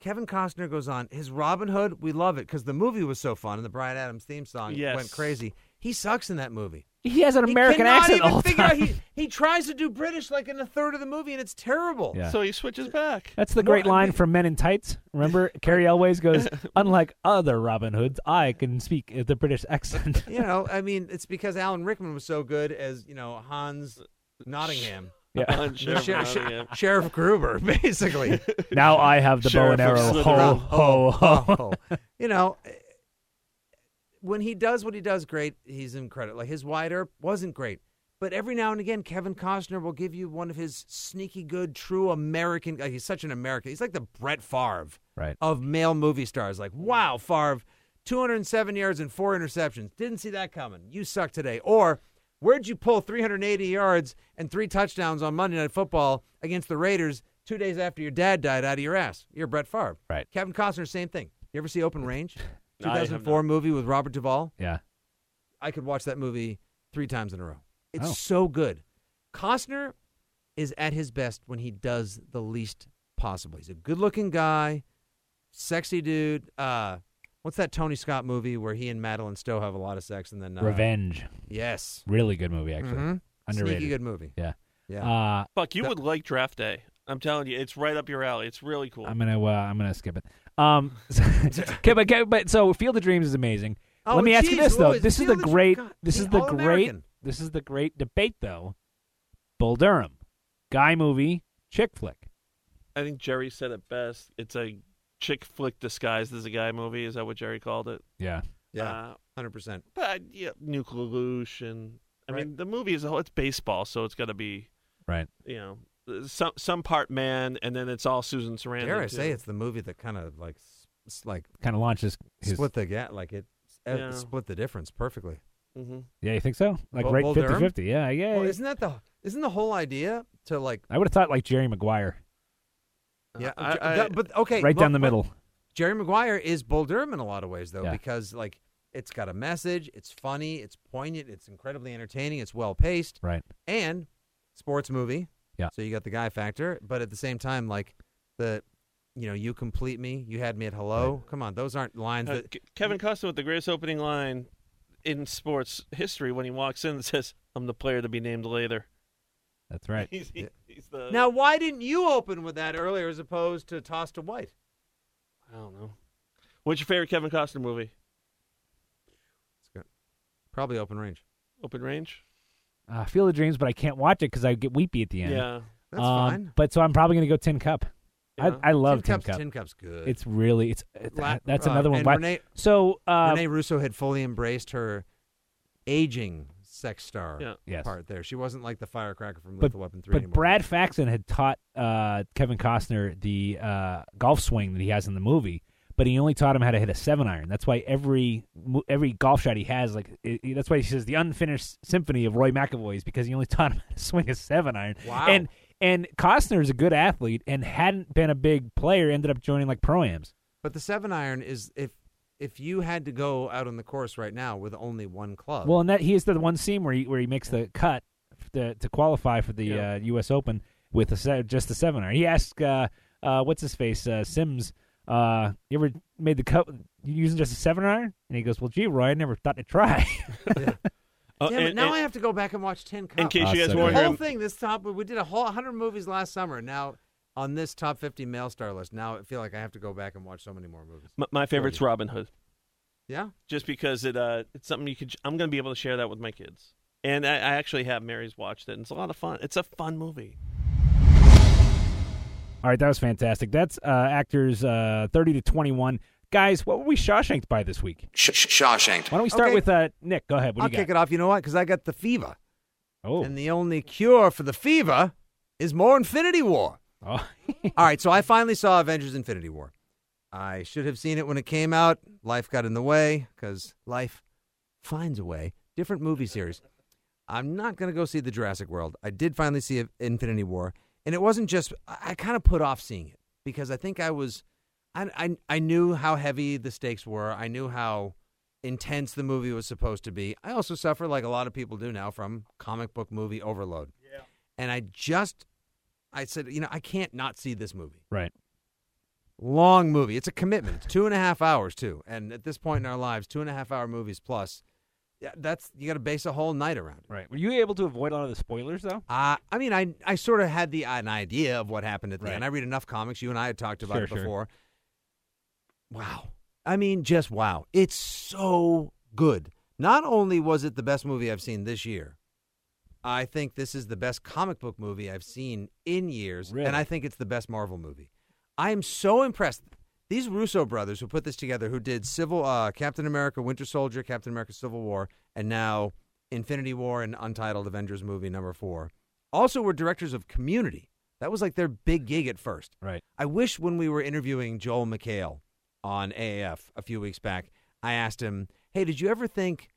Speaker 9: Kevin Costner goes on his Robin Hood. We love it because the movie was so fun and the Brian Adams theme song
Speaker 10: Yes.
Speaker 9: went crazy. He sucks in that movie.
Speaker 6: He has an
Speaker 9: He
Speaker 6: American
Speaker 9: cannot
Speaker 6: accent
Speaker 9: even
Speaker 6: all the
Speaker 9: figure out-
Speaker 6: time.
Speaker 9: he, he tries to do British like in a third of the movie and it's terrible.
Speaker 6: [laughs] Yeah.
Speaker 10: So he
Speaker 9: [laughs]
Speaker 10: switches back.
Speaker 6: That's the
Speaker 9: No,
Speaker 6: great
Speaker 9: I
Speaker 6: line
Speaker 9: mean-
Speaker 6: from Men in Tights.
Speaker 9: [laughs]
Speaker 6: Remember, Carrie Elways goes, "Unlike other Robin Hoods, I can speak with the British
Speaker 9: [laughs]
Speaker 6: accent."
Speaker 9: You know, I mean, it's because Alan Rickman was so good as you know Hans Nottingham,
Speaker 6: yeah.
Speaker 10: On Sheriff
Speaker 9: Sheriff-
Speaker 10: Nottingham.
Speaker 9: Sheriff Gruber, [laughs] basically.
Speaker 6: Now I have the bow and
Speaker 10: Sheriff of
Speaker 6: arrow. Ho
Speaker 10: Slytherin.
Speaker 9: [laughs]
Speaker 6: ho ho.
Speaker 9: Oh. you know, eh, when he does what he does great, he's in credit. Like his wide erp wasn't great. But every now and again, Kevin Costner will give you one of his sneaky good, true American. Like he's such an American. He's like the Brett Favre
Speaker 6: Right.
Speaker 9: of male movie stars. Like, wow, Favre, 207 yards and four interceptions. Didn't see that coming. You suck today. Or, where'd you pull 380 yards and three touchdowns on Monday Night Football against the Raiders two days after your dad died out of your ass? You're Brett Favre.
Speaker 6: Right.
Speaker 9: Kevin Costner, same thing. You ever see Open Range?
Speaker 10: I have
Speaker 9: 2004 movie with Robert Duvall.
Speaker 6: Yeah.
Speaker 9: I could watch that movie three times in a row. It's
Speaker 6: Oh.
Speaker 9: so good. Costner is at his best when he does the least possible. He's a good-looking guy, sexy dude. Uh, what's that Tony Scott movie where he and Madeline Stowe have a lot of sex and then uh,
Speaker 6: Revenge.
Speaker 9: Yes,
Speaker 6: Really good movie, actually.
Speaker 9: Mhm.
Speaker 6: Underrated.
Speaker 9: sneaky good movie.
Speaker 6: Yeah.
Speaker 9: Yeah.
Speaker 6: Uh,
Speaker 10: Fuck, you
Speaker 9: That-
Speaker 10: would like Draft Day. I'm telling you, it's right up your alley. It's really cool.
Speaker 6: I'm gonna uh, I'm gonna skip it. Um, [laughs] okay, but, okay, but so Field of Dreams is amazing.
Speaker 9: Oh,
Speaker 6: Let me ask you
Speaker 9: geez,
Speaker 6: this though.
Speaker 9: Louis,
Speaker 6: This is
Speaker 9: Field
Speaker 6: the
Speaker 9: of Dreams,
Speaker 6: great.
Speaker 9: God,
Speaker 6: This
Speaker 9: the
Speaker 6: is the great.
Speaker 9: All-American.
Speaker 6: This is the great debate though. Bull Durham, guy movie, chick flick.
Speaker 10: I think Jerry said it best. It's a chick flick disguised as a guy movie. Is that what Jerry called it?
Speaker 6: Yeah.
Speaker 9: yeah,
Speaker 10: Uh,
Speaker 9: hundred percent.
Speaker 10: but yeah, Nuke Lelouch and I
Speaker 9: Right.
Speaker 10: mean the movie is a whole. It's baseball, so it's got to be
Speaker 6: Right.
Speaker 10: you know some some part man, and then it's all Susan Sarandon.
Speaker 9: Dare I
Speaker 10: too.
Speaker 9: say it's the movie that kind of like s- s- like
Speaker 6: Kind of launches his.
Speaker 9: split the gap, like it uh,
Speaker 10: Yeah.
Speaker 9: split the difference perfectly.
Speaker 10: hmm
Speaker 6: Yeah, you think so? Like
Speaker 9: Bull-
Speaker 6: right
Speaker 9: Bull
Speaker 6: 50
Speaker 9: Durham?
Speaker 6: 50. Yeah, yeah.
Speaker 9: Well, isn't that the isn't the whole idea to like
Speaker 6: I would have thought like Jerry Maguire,
Speaker 9: yeah?
Speaker 10: I-
Speaker 9: Jer-
Speaker 10: I-
Speaker 9: that- Uh, but okay,
Speaker 6: right down the
Speaker 9: look, but
Speaker 6: middle.
Speaker 9: Jerry Maguire is Bull Durham in a lot of ways though,
Speaker 6: Yeah.
Speaker 9: because like it's got a message, it's funny, it's poignant, it's incredibly entertaining, it's well paced,
Speaker 6: Right.
Speaker 9: and sports movie.
Speaker 6: Yeah.
Speaker 9: So you got the guy factor, but at the same time, like the you know you complete me, you had me at hello. Come on, those aren't lines
Speaker 10: Uh,
Speaker 9: that
Speaker 10: Ke- Kevin Costner with the greatest opening line in sports history when he walks in and says, "I'm the player to be named later."
Speaker 6: That's right.
Speaker 10: [laughs]
Speaker 6: [laughs]
Speaker 10: He's, he-
Speaker 9: Yeah.
Speaker 10: he's the
Speaker 9: Now, why didn't you open with that earlier as opposed to toss to white?
Speaker 10: I don't know. What's your favorite Kevin Costner movie?
Speaker 9: Probably open range.
Speaker 10: Open Range.
Speaker 6: Uh, Field of Dreams, but I can't watch it because I get weepy at the end.
Speaker 10: Yeah.
Speaker 9: That's
Speaker 6: Um,
Speaker 9: fine.
Speaker 6: But so I'm probably gonna go Tin Cup.
Speaker 9: You know?
Speaker 6: I, I love
Speaker 9: tin
Speaker 6: Tin
Speaker 9: cups.
Speaker 6: Cup.
Speaker 9: Tin cups good.
Speaker 6: It's really it's it-
Speaker 9: La-
Speaker 6: that's
Speaker 9: uh,
Speaker 6: another one.
Speaker 9: and
Speaker 6: Why-
Speaker 9: Renee-
Speaker 6: so uh,
Speaker 9: Renee Russo had fully embraced her aging sex star
Speaker 6: Yeah. Yes.
Speaker 9: part there. She wasn't like the firecracker from
Speaker 6: but,
Speaker 9: Lethal Weapon Three
Speaker 6: but
Speaker 9: anymore.
Speaker 6: Brad Faxon had taught uh, Kevin Costner the uh, golf swing that he has in the movie, but he only taught him how to hit a seven iron. That's why every mo- every golf shot he has, like i i- that's why he says the unfinished symphony of Roy McAvoy's because he only [laughs] taught him how to swing a seven iron.
Speaker 9: Wow.
Speaker 6: And and Costner is a good athlete and hadn't been a big player, ended up joining like proams.
Speaker 9: But the seven iron is if if you had to go out on the course right now with only one club.
Speaker 6: Well, and that he is the one scene where he where he makes the cut to, to qualify for the uh, U.S. Open with a se- just the seven iron. He asked, uh, uh, "What's his face uh, Sims? Uh, you ever made the cut using just a seven iron?" And he goes, "Well, gee, Roy, I never thought to try." [laughs]
Speaker 10: Uh,
Speaker 9: Damn it,
Speaker 10: and-
Speaker 9: now
Speaker 10: and-
Speaker 9: I have to go back and watch Tin Cup.
Speaker 10: In case
Speaker 6: you guys
Speaker 9: The
Speaker 6: were
Speaker 9: whole
Speaker 6: wondering-
Speaker 9: thing this top we did a whole 100 movies last summer. Now on this top 50 male star list, now I feel like I have to go back and watch so many more movies.
Speaker 10: My, my favorite's Robin Hood.
Speaker 9: Yeah.
Speaker 10: Just because it uh, it's something you could. I'm going to be able to share that with my kids, and I, I actually have Mary's watched it, and it's a lot of fun. It's a fun movie.
Speaker 6: All right, that was fantastic. That's uh, actors uh, thirty to twenty-one. Guys, what were we Shawshanked by this week?
Speaker 4: Shawshank.
Speaker 6: Why don't we start
Speaker 9: Okay.
Speaker 6: with uh, Nick? Go ahead. What
Speaker 9: I'll
Speaker 6: do you
Speaker 9: kick
Speaker 6: got?
Speaker 9: it off. You know what? Because I got the fever.
Speaker 6: Oh.
Speaker 9: And the only cure for the fever is more Infinity War.
Speaker 6: Oh.
Speaker 9: [laughs] All right, so I finally saw Avengers Infinity War. I should have seen it when it came out. Life got in the way because life finds a way. Different movie series. I'm not going to go see the Jurassic World. I did finally see Infinity War, and it wasn't just, I, I kind of put off seeing it because I think I was, I, I, I knew how heavy the stakes were. I knew how intense the movie was supposed to be. I also suffer, like a lot of people do now, from comic book movie overload. Yeah. And I just, I said, you know, I can't not see this movie.
Speaker 6: Right.
Speaker 9: Long movie. It's a commitment. It's two and a half hours too. And at this point in our lives, two and a half hour movies plus, yeah, that's you got to base a whole night around. it.
Speaker 6: Right. Were you able to avoid a lot of the spoilers though?
Speaker 9: Uh, I mean, I I sort of had the an idea of what happened at the
Speaker 6: Right.
Speaker 9: end. I read enough comics. You and I had talked about
Speaker 6: Sure,
Speaker 9: it
Speaker 6: sure.
Speaker 9: before. Wow. I mean, just wow. It's so good. Not only was it the best movie I've seen this year, I think this is the best comic book movie I've seen in years,
Speaker 6: Really?
Speaker 9: and I think it's the best Marvel movie. I am so impressed. These Russo brothers who put this together, who did Civil uh, Captain America, Winter Soldier, Captain America: Civil War, and now Infinity War and Untitled Avengers movie number four, also were directors of Community. That was like their big gig at first.
Speaker 6: Right.
Speaker 9: I wish when we were interviewing Joel McHale on AAF a few weeks back, I asked him, "Hey, did you ever think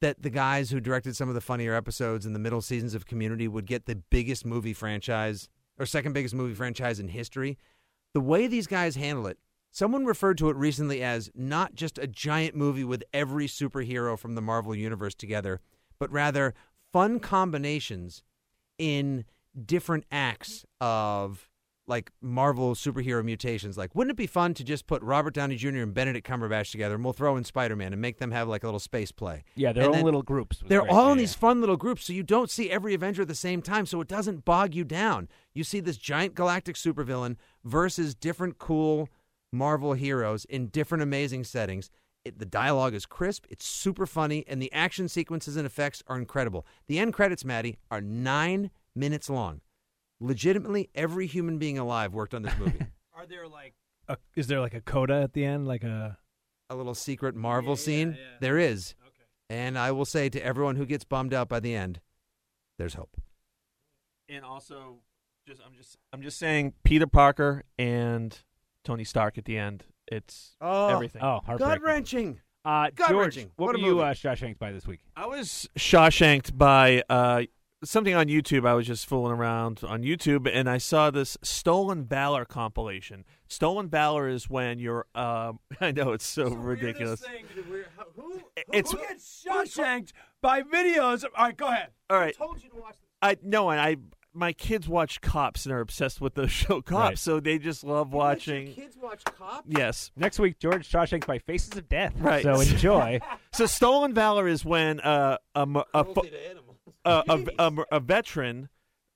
Speaker 9: that the guys who directed some of the funnier episodes in the middle seasons of Community would get the biggest movie franchise or second biggest movie franchise in history. The way these guys handle it, someone referred to it recently as not just a giant movie with every superhero from the Marvel Universe together, but rather fun combinations in different acts of like Marvel superhero mutations. Like, wouldn't it be fun to just put Robert Downey Jr. and Benedict Cumberbatch together and we'll throw in Spider Man and make them have like a little space play?
Speaker 6: Yeah, their
Speaker 9: And
Speaker 6: own
Speaker 9: then-
Speaker 6: little groups. was
Speaker 9: they're
Speaker 6: great.
Speaker 9: all in
Speaker 6: Yeah,
Speaker 9: these fun little groups, so you don't see every Avenger at the same time, so it doesn't bog you down. You see this giant galactic supervillain versus different cool Marvel heroes in different amazing settings. It, the dialogue is crisp, it's super funny, and the action sequences and effects are incredible. The end credits, Maddie, are nine minutes long. Legitimately, every human being alive worked on this
Speaker 6: [laughs]
Speaker 9: movie.
Speaker 7: Are there like a, uh, is there like a coda at the end? Like
Speaker 6: uh,
Speaker 7: a
Speaker 9: a little secret Marvel scene. There is. And I will say to everyone who gets bummed out by the end, there's hope.
Speaker 10: And also, just I'm just I'm just saying Peter Parker and Tony Stark at the end. It's
Speaker 9: Oh.
Speaker 10: everything.
Speaker 6: Oh, heartbreaking.
Speaker 9: wrenching.
Speaker 6: Uh,
Speaker 9: gut
Speaker 6: George,
Speaker 9: wrenching.
Speaker 6: what,
Speaker 9: What a
Speaker 6: were you
Speaker 9: movie.
Speaker 6: uh, Shawshanked by this week?
Speaker 10: I was Shawshanked by uh, something on YouTube. I was just fooling around on YouTube, and I saw this Stolen Valor compilation. Stolen Valor is when you're. Um, [laughs] I know it's so ridiculous. It's-
Speaker 7: gets Shawshanked by videos? All right, go ahead.
Speaker 10: All right. I no, and I my kids watch Cops and are obsessed with the [laughs] show Cops,
Speaker 6: Right.
Speaker 10: so they just love watching.
Speaker 9: Kids watch Cop.
Speaker 10: Yes.
Speaker 6: Next week, George Shawshank by Faces of Death. [laughs]
Speaker 10: Right.
Speaker 6: So enjoy.
Speaker 10: So stolen valor is when uh, a m- a, fo- [laughs] a, a, a m- a veteran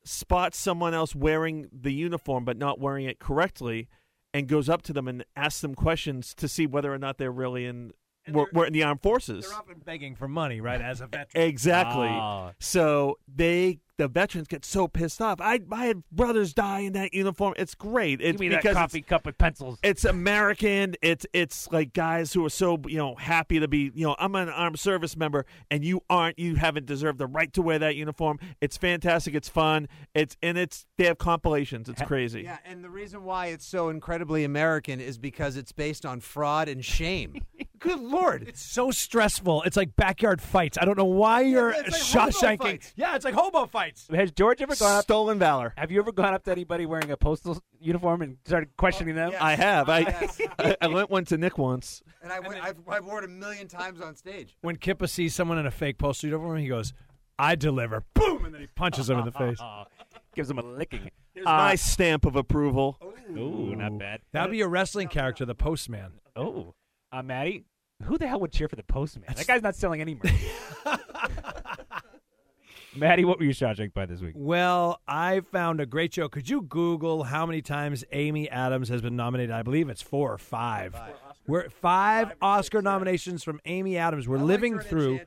Speaker 10: spots someone else wearing the uniform but not wearing it correctly, and goes up to them and asks them questions to see whether or not they're really in were, were in the armed forces.
Speaker 6: They're often begging for money, right, as a veteran.
Speaker 10: Exactly.
Speaker 6: Ah.
Speaker 10: So they, the veterans, get so pissed off. I, I had brothers die in that uniform. It's great. It's
Speaker 6: Give me that
Speaker 10: because it's-
Speaker 6: coffee cup with pencils.
Speaker 10: It's American. It's it's like guys who are so you know happy to be you know I'm an armed service member and you aren't. You haven't deserved the right to wear that uniform. It's fantastic. It's fun. It's and it's they have compilations. It's crazy.
Speaker 9: Yeah, and the reason why it's so incredibly American is because it's based on fraud and shame. Good lord.
Speaker 6: It's so stressful. It's like backyard fights. I don't know why you're Shawshanking.
Speaker 9: Yeah, it's like hobo fights.
Speaker 6: Has George ever gone up?
Speaker 10: Stolen valor.
Speaker 6: Have you ever gone up to anybody wearing a postal uniform and started questioning them?
Speaker 10: I have. I,
Speaker 6: [laughs]
Speaker 10: I I lent one to Nick once.
Speaker 9: And I went, I've, I've worn it a million times on stage.
Speaker 7: When Kippa sees someone in a fake postal uniform, he goes, "I deliver." Boom, and then he punches him in the face.
Speaker 6: Gives him a licking.
Speaker 10: Here's my Uh, stamp of approval.
Speaker 6: Ooh, not bad.
Speaker 7: That'd be a wrestling character, the postman.
Speaker 6: Oh, uh, Maddie, who the hell would cheer for the postman? That guy's not selling any merch. [laughs] Maddie, what were you Shawshank by this week?
Speaker 7: Well, I found a great show. Could you Google how many times Amy Adams has been nominated? I believe it's four or five. We're five Oscar nominations from Amy Adams. We're living through.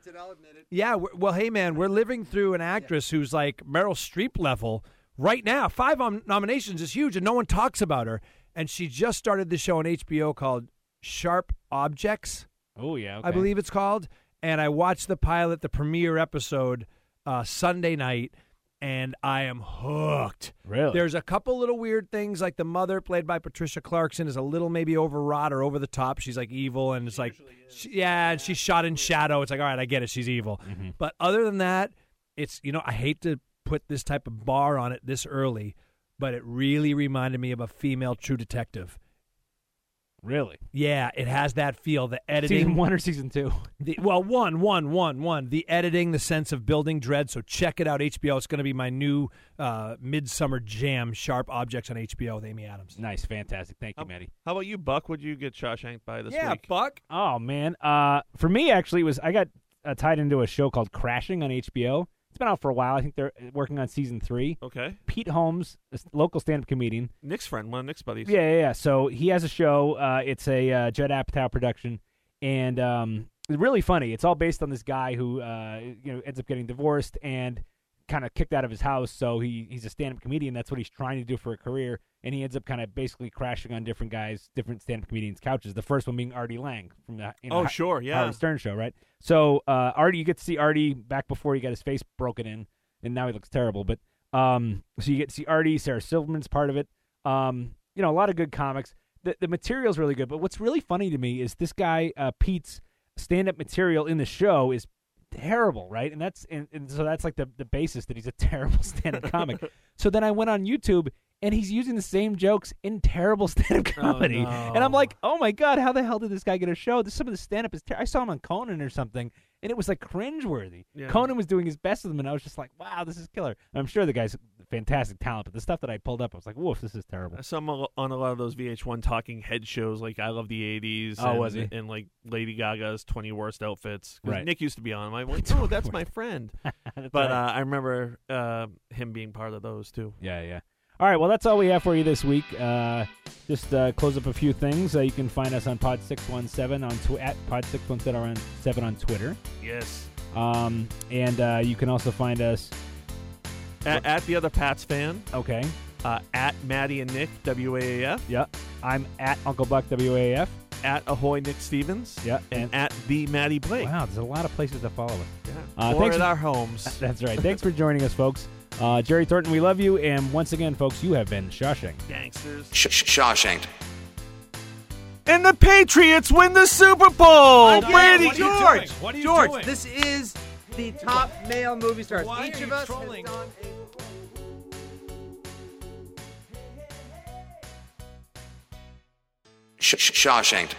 Speaker 7: Yeah. we well, hey man, we're living through an actress who's like Meryl Streep level right now. Five om- nominations is huge, and no one talks about her. And she just started the show on HBO called Sharp Objects.
Speaker 6: Oh yeah,
Speaker 7: I believe it's called. And I watched the pilot, the premiere episode, uh, Sunday night, and I am hooked.
Speaker 6: Really?
Speaker 7: There's a couple little weird things, like the mother, played by Patricia Clarkson, is a little maybe overwrought or over the top. She's like evil, and it's like, she- yeah, and she's shot in shadow. It's like, all right, I get it. She's evil. But other than that, it's, you know, I hate to put this type of bar on it this early, but it really reminded me of a female true detective.
Speaker 6: Really?
Speaker 7: Yeah, it has that feel. The editing.
Speaker 6: Season one or season two?
Speaker 7: The, well, one, one, one, one. The editing, the sense of building dread. So check it out, HBO. It's going to be my new uh, midsummer jam. Sharp objects on HBO with Amy Adams.
Speaker 6: Nice, fantastic. Thank you, Maddie.
Speaker 10: How about you, Buck? Would you get Shawshank by this
Speaker 7: Yeah,
Speaker 10: week?
Speaker 7: Buck.
Speaker 6: Oh man, uh, for me actually it was I got uh, tied into a show called Crashing on HBO. It's been out for a while. I think they're working on season three.
Speaker 10: Okay.
Speaker 6: Pete Holmes, a s- local stand-up comedian.
Speaker 10: Nick's friend, one of Nick's buddies.
Speaker 6: Yeah, yeah, yeah. So he has a show. Uh, it's a uh, Judd Apatow production, and um, it's really funny. It's all based on this guy who uh, you know ends up getting divorced and kind of kicked out of his house. So he he's a stand-up comedian. That's what he's trying to do for a career, and he ends up kind of basically crashing on different guys, different stand-up comedians' couches. The first one being Artie Lang from the you know,
Speaker 10: Oh,
Speaker 6: Ho-
Speaker 10: sure, yeah.
Speaker 6: Howard Stern show, right? So uh, Artie, you get to see Artie back before he got his face broken in, and now he looks terrible. But um, so you get to see Artie, Sarah Silverman's part of it. Um, you know, a lot of good comics. The the material's really good, but what's really funny to me is this guy uh, Pete's stand up material in the show is terrible, right? And that's and, and so that's like the the basis that he's a [laughs] terrible stand up comic. so then I went on YouTube. And he's using the same jokes in terrible [laughs] stand-up
Speaker 10: Oh,
Speaker 6: comedy, and I'm like, "Oh my god, how the hell did this guy get a show? This some of the stand-up is. Ter- I saw him on Conan or something, and it was like cringeworthy.
Speaker 10: Yeah.
Speaker 6: Conan was doing his best with him, and I was just like, "Wow, this is killer." And I'm sure the guy's fantastic talent, but the stuff that I pulled up, I was like, "Woof, this is terrible."
Speaker 10: I saw him a- Uh, on a lot of those VH1 talking head shows, like I Love the '80s.
Speaker 6: Oh,
Speaker 10: and,
Speaker 6: was he?
Speaker 10: And like Lady Gaga's 20 worst outfits. 'Cause
Speaker 6: Right.
Speaker 10: Nick used to be on them. I went, oh, that's my friend.
Speaker 6: [laughs] That's right.
Speaker 10: but uh, I remember uh, him being part of those too.
Speaker 6: Yeah, yeah. All right, well, that's all we have for you this week. Uh, just uh, close up a few things. Uh, you can find us on Pod Six One Seven on tw- at Pod Six One Seven on Twitter,
Speaker 10: Yes.
Speaker 6: um, and uh, you can also find us.
Speaker 10: At, at the other Pats fan,
Speaker 6: Okay,
Speaker 10: uh, at Maddie and Nick WAAF,
Speaker 6: yeah, I'm at Uncle Buck WAF.
Speaker 10: at Ahoy Nick Stevens,
Speaker 6: Yeah,
Speaker 10: and,
Speaker 6: and-
Speaker 10: at the Maddie Blake.
Speaker 6: Wow, there's a lot of places to follow us.
Speaker 10: Yeah.
Speaker 6: Uh,
Speaker 10: or
Speaker 6: thanks
Speaker 10: at
Speaker 6: for-
Speaker 10: our
Speaker 6: [laughs]
Speaker 10: homes.
Speaker 6: That's right. Thanks for joining us, folks. Uh, Jerry Thornton, we love you. And once again, folks, you have been Shawshank.
Speaker 10: Gangsters.
Speaker 4: Sh- sh- Shawshanked.
Speaker 10: And the Patriots win the Super Bowl. Brady
Speaker 5: What are you
Speaker 10: George.
Speaker 5: doing? What are you
Speaker 9: George,
Speaker 5: doing?
Speaker 9: this is the top male movie stars.
Speaker 5: Why
Speaker 9: Each
Speaker 5: are
Speaker 9: of
Speaker 5: you
Speaker 9: us
Speaker 5: trolling?
Speaker 9: has done a
Speaker 4: Sh- sh- Shawshanked.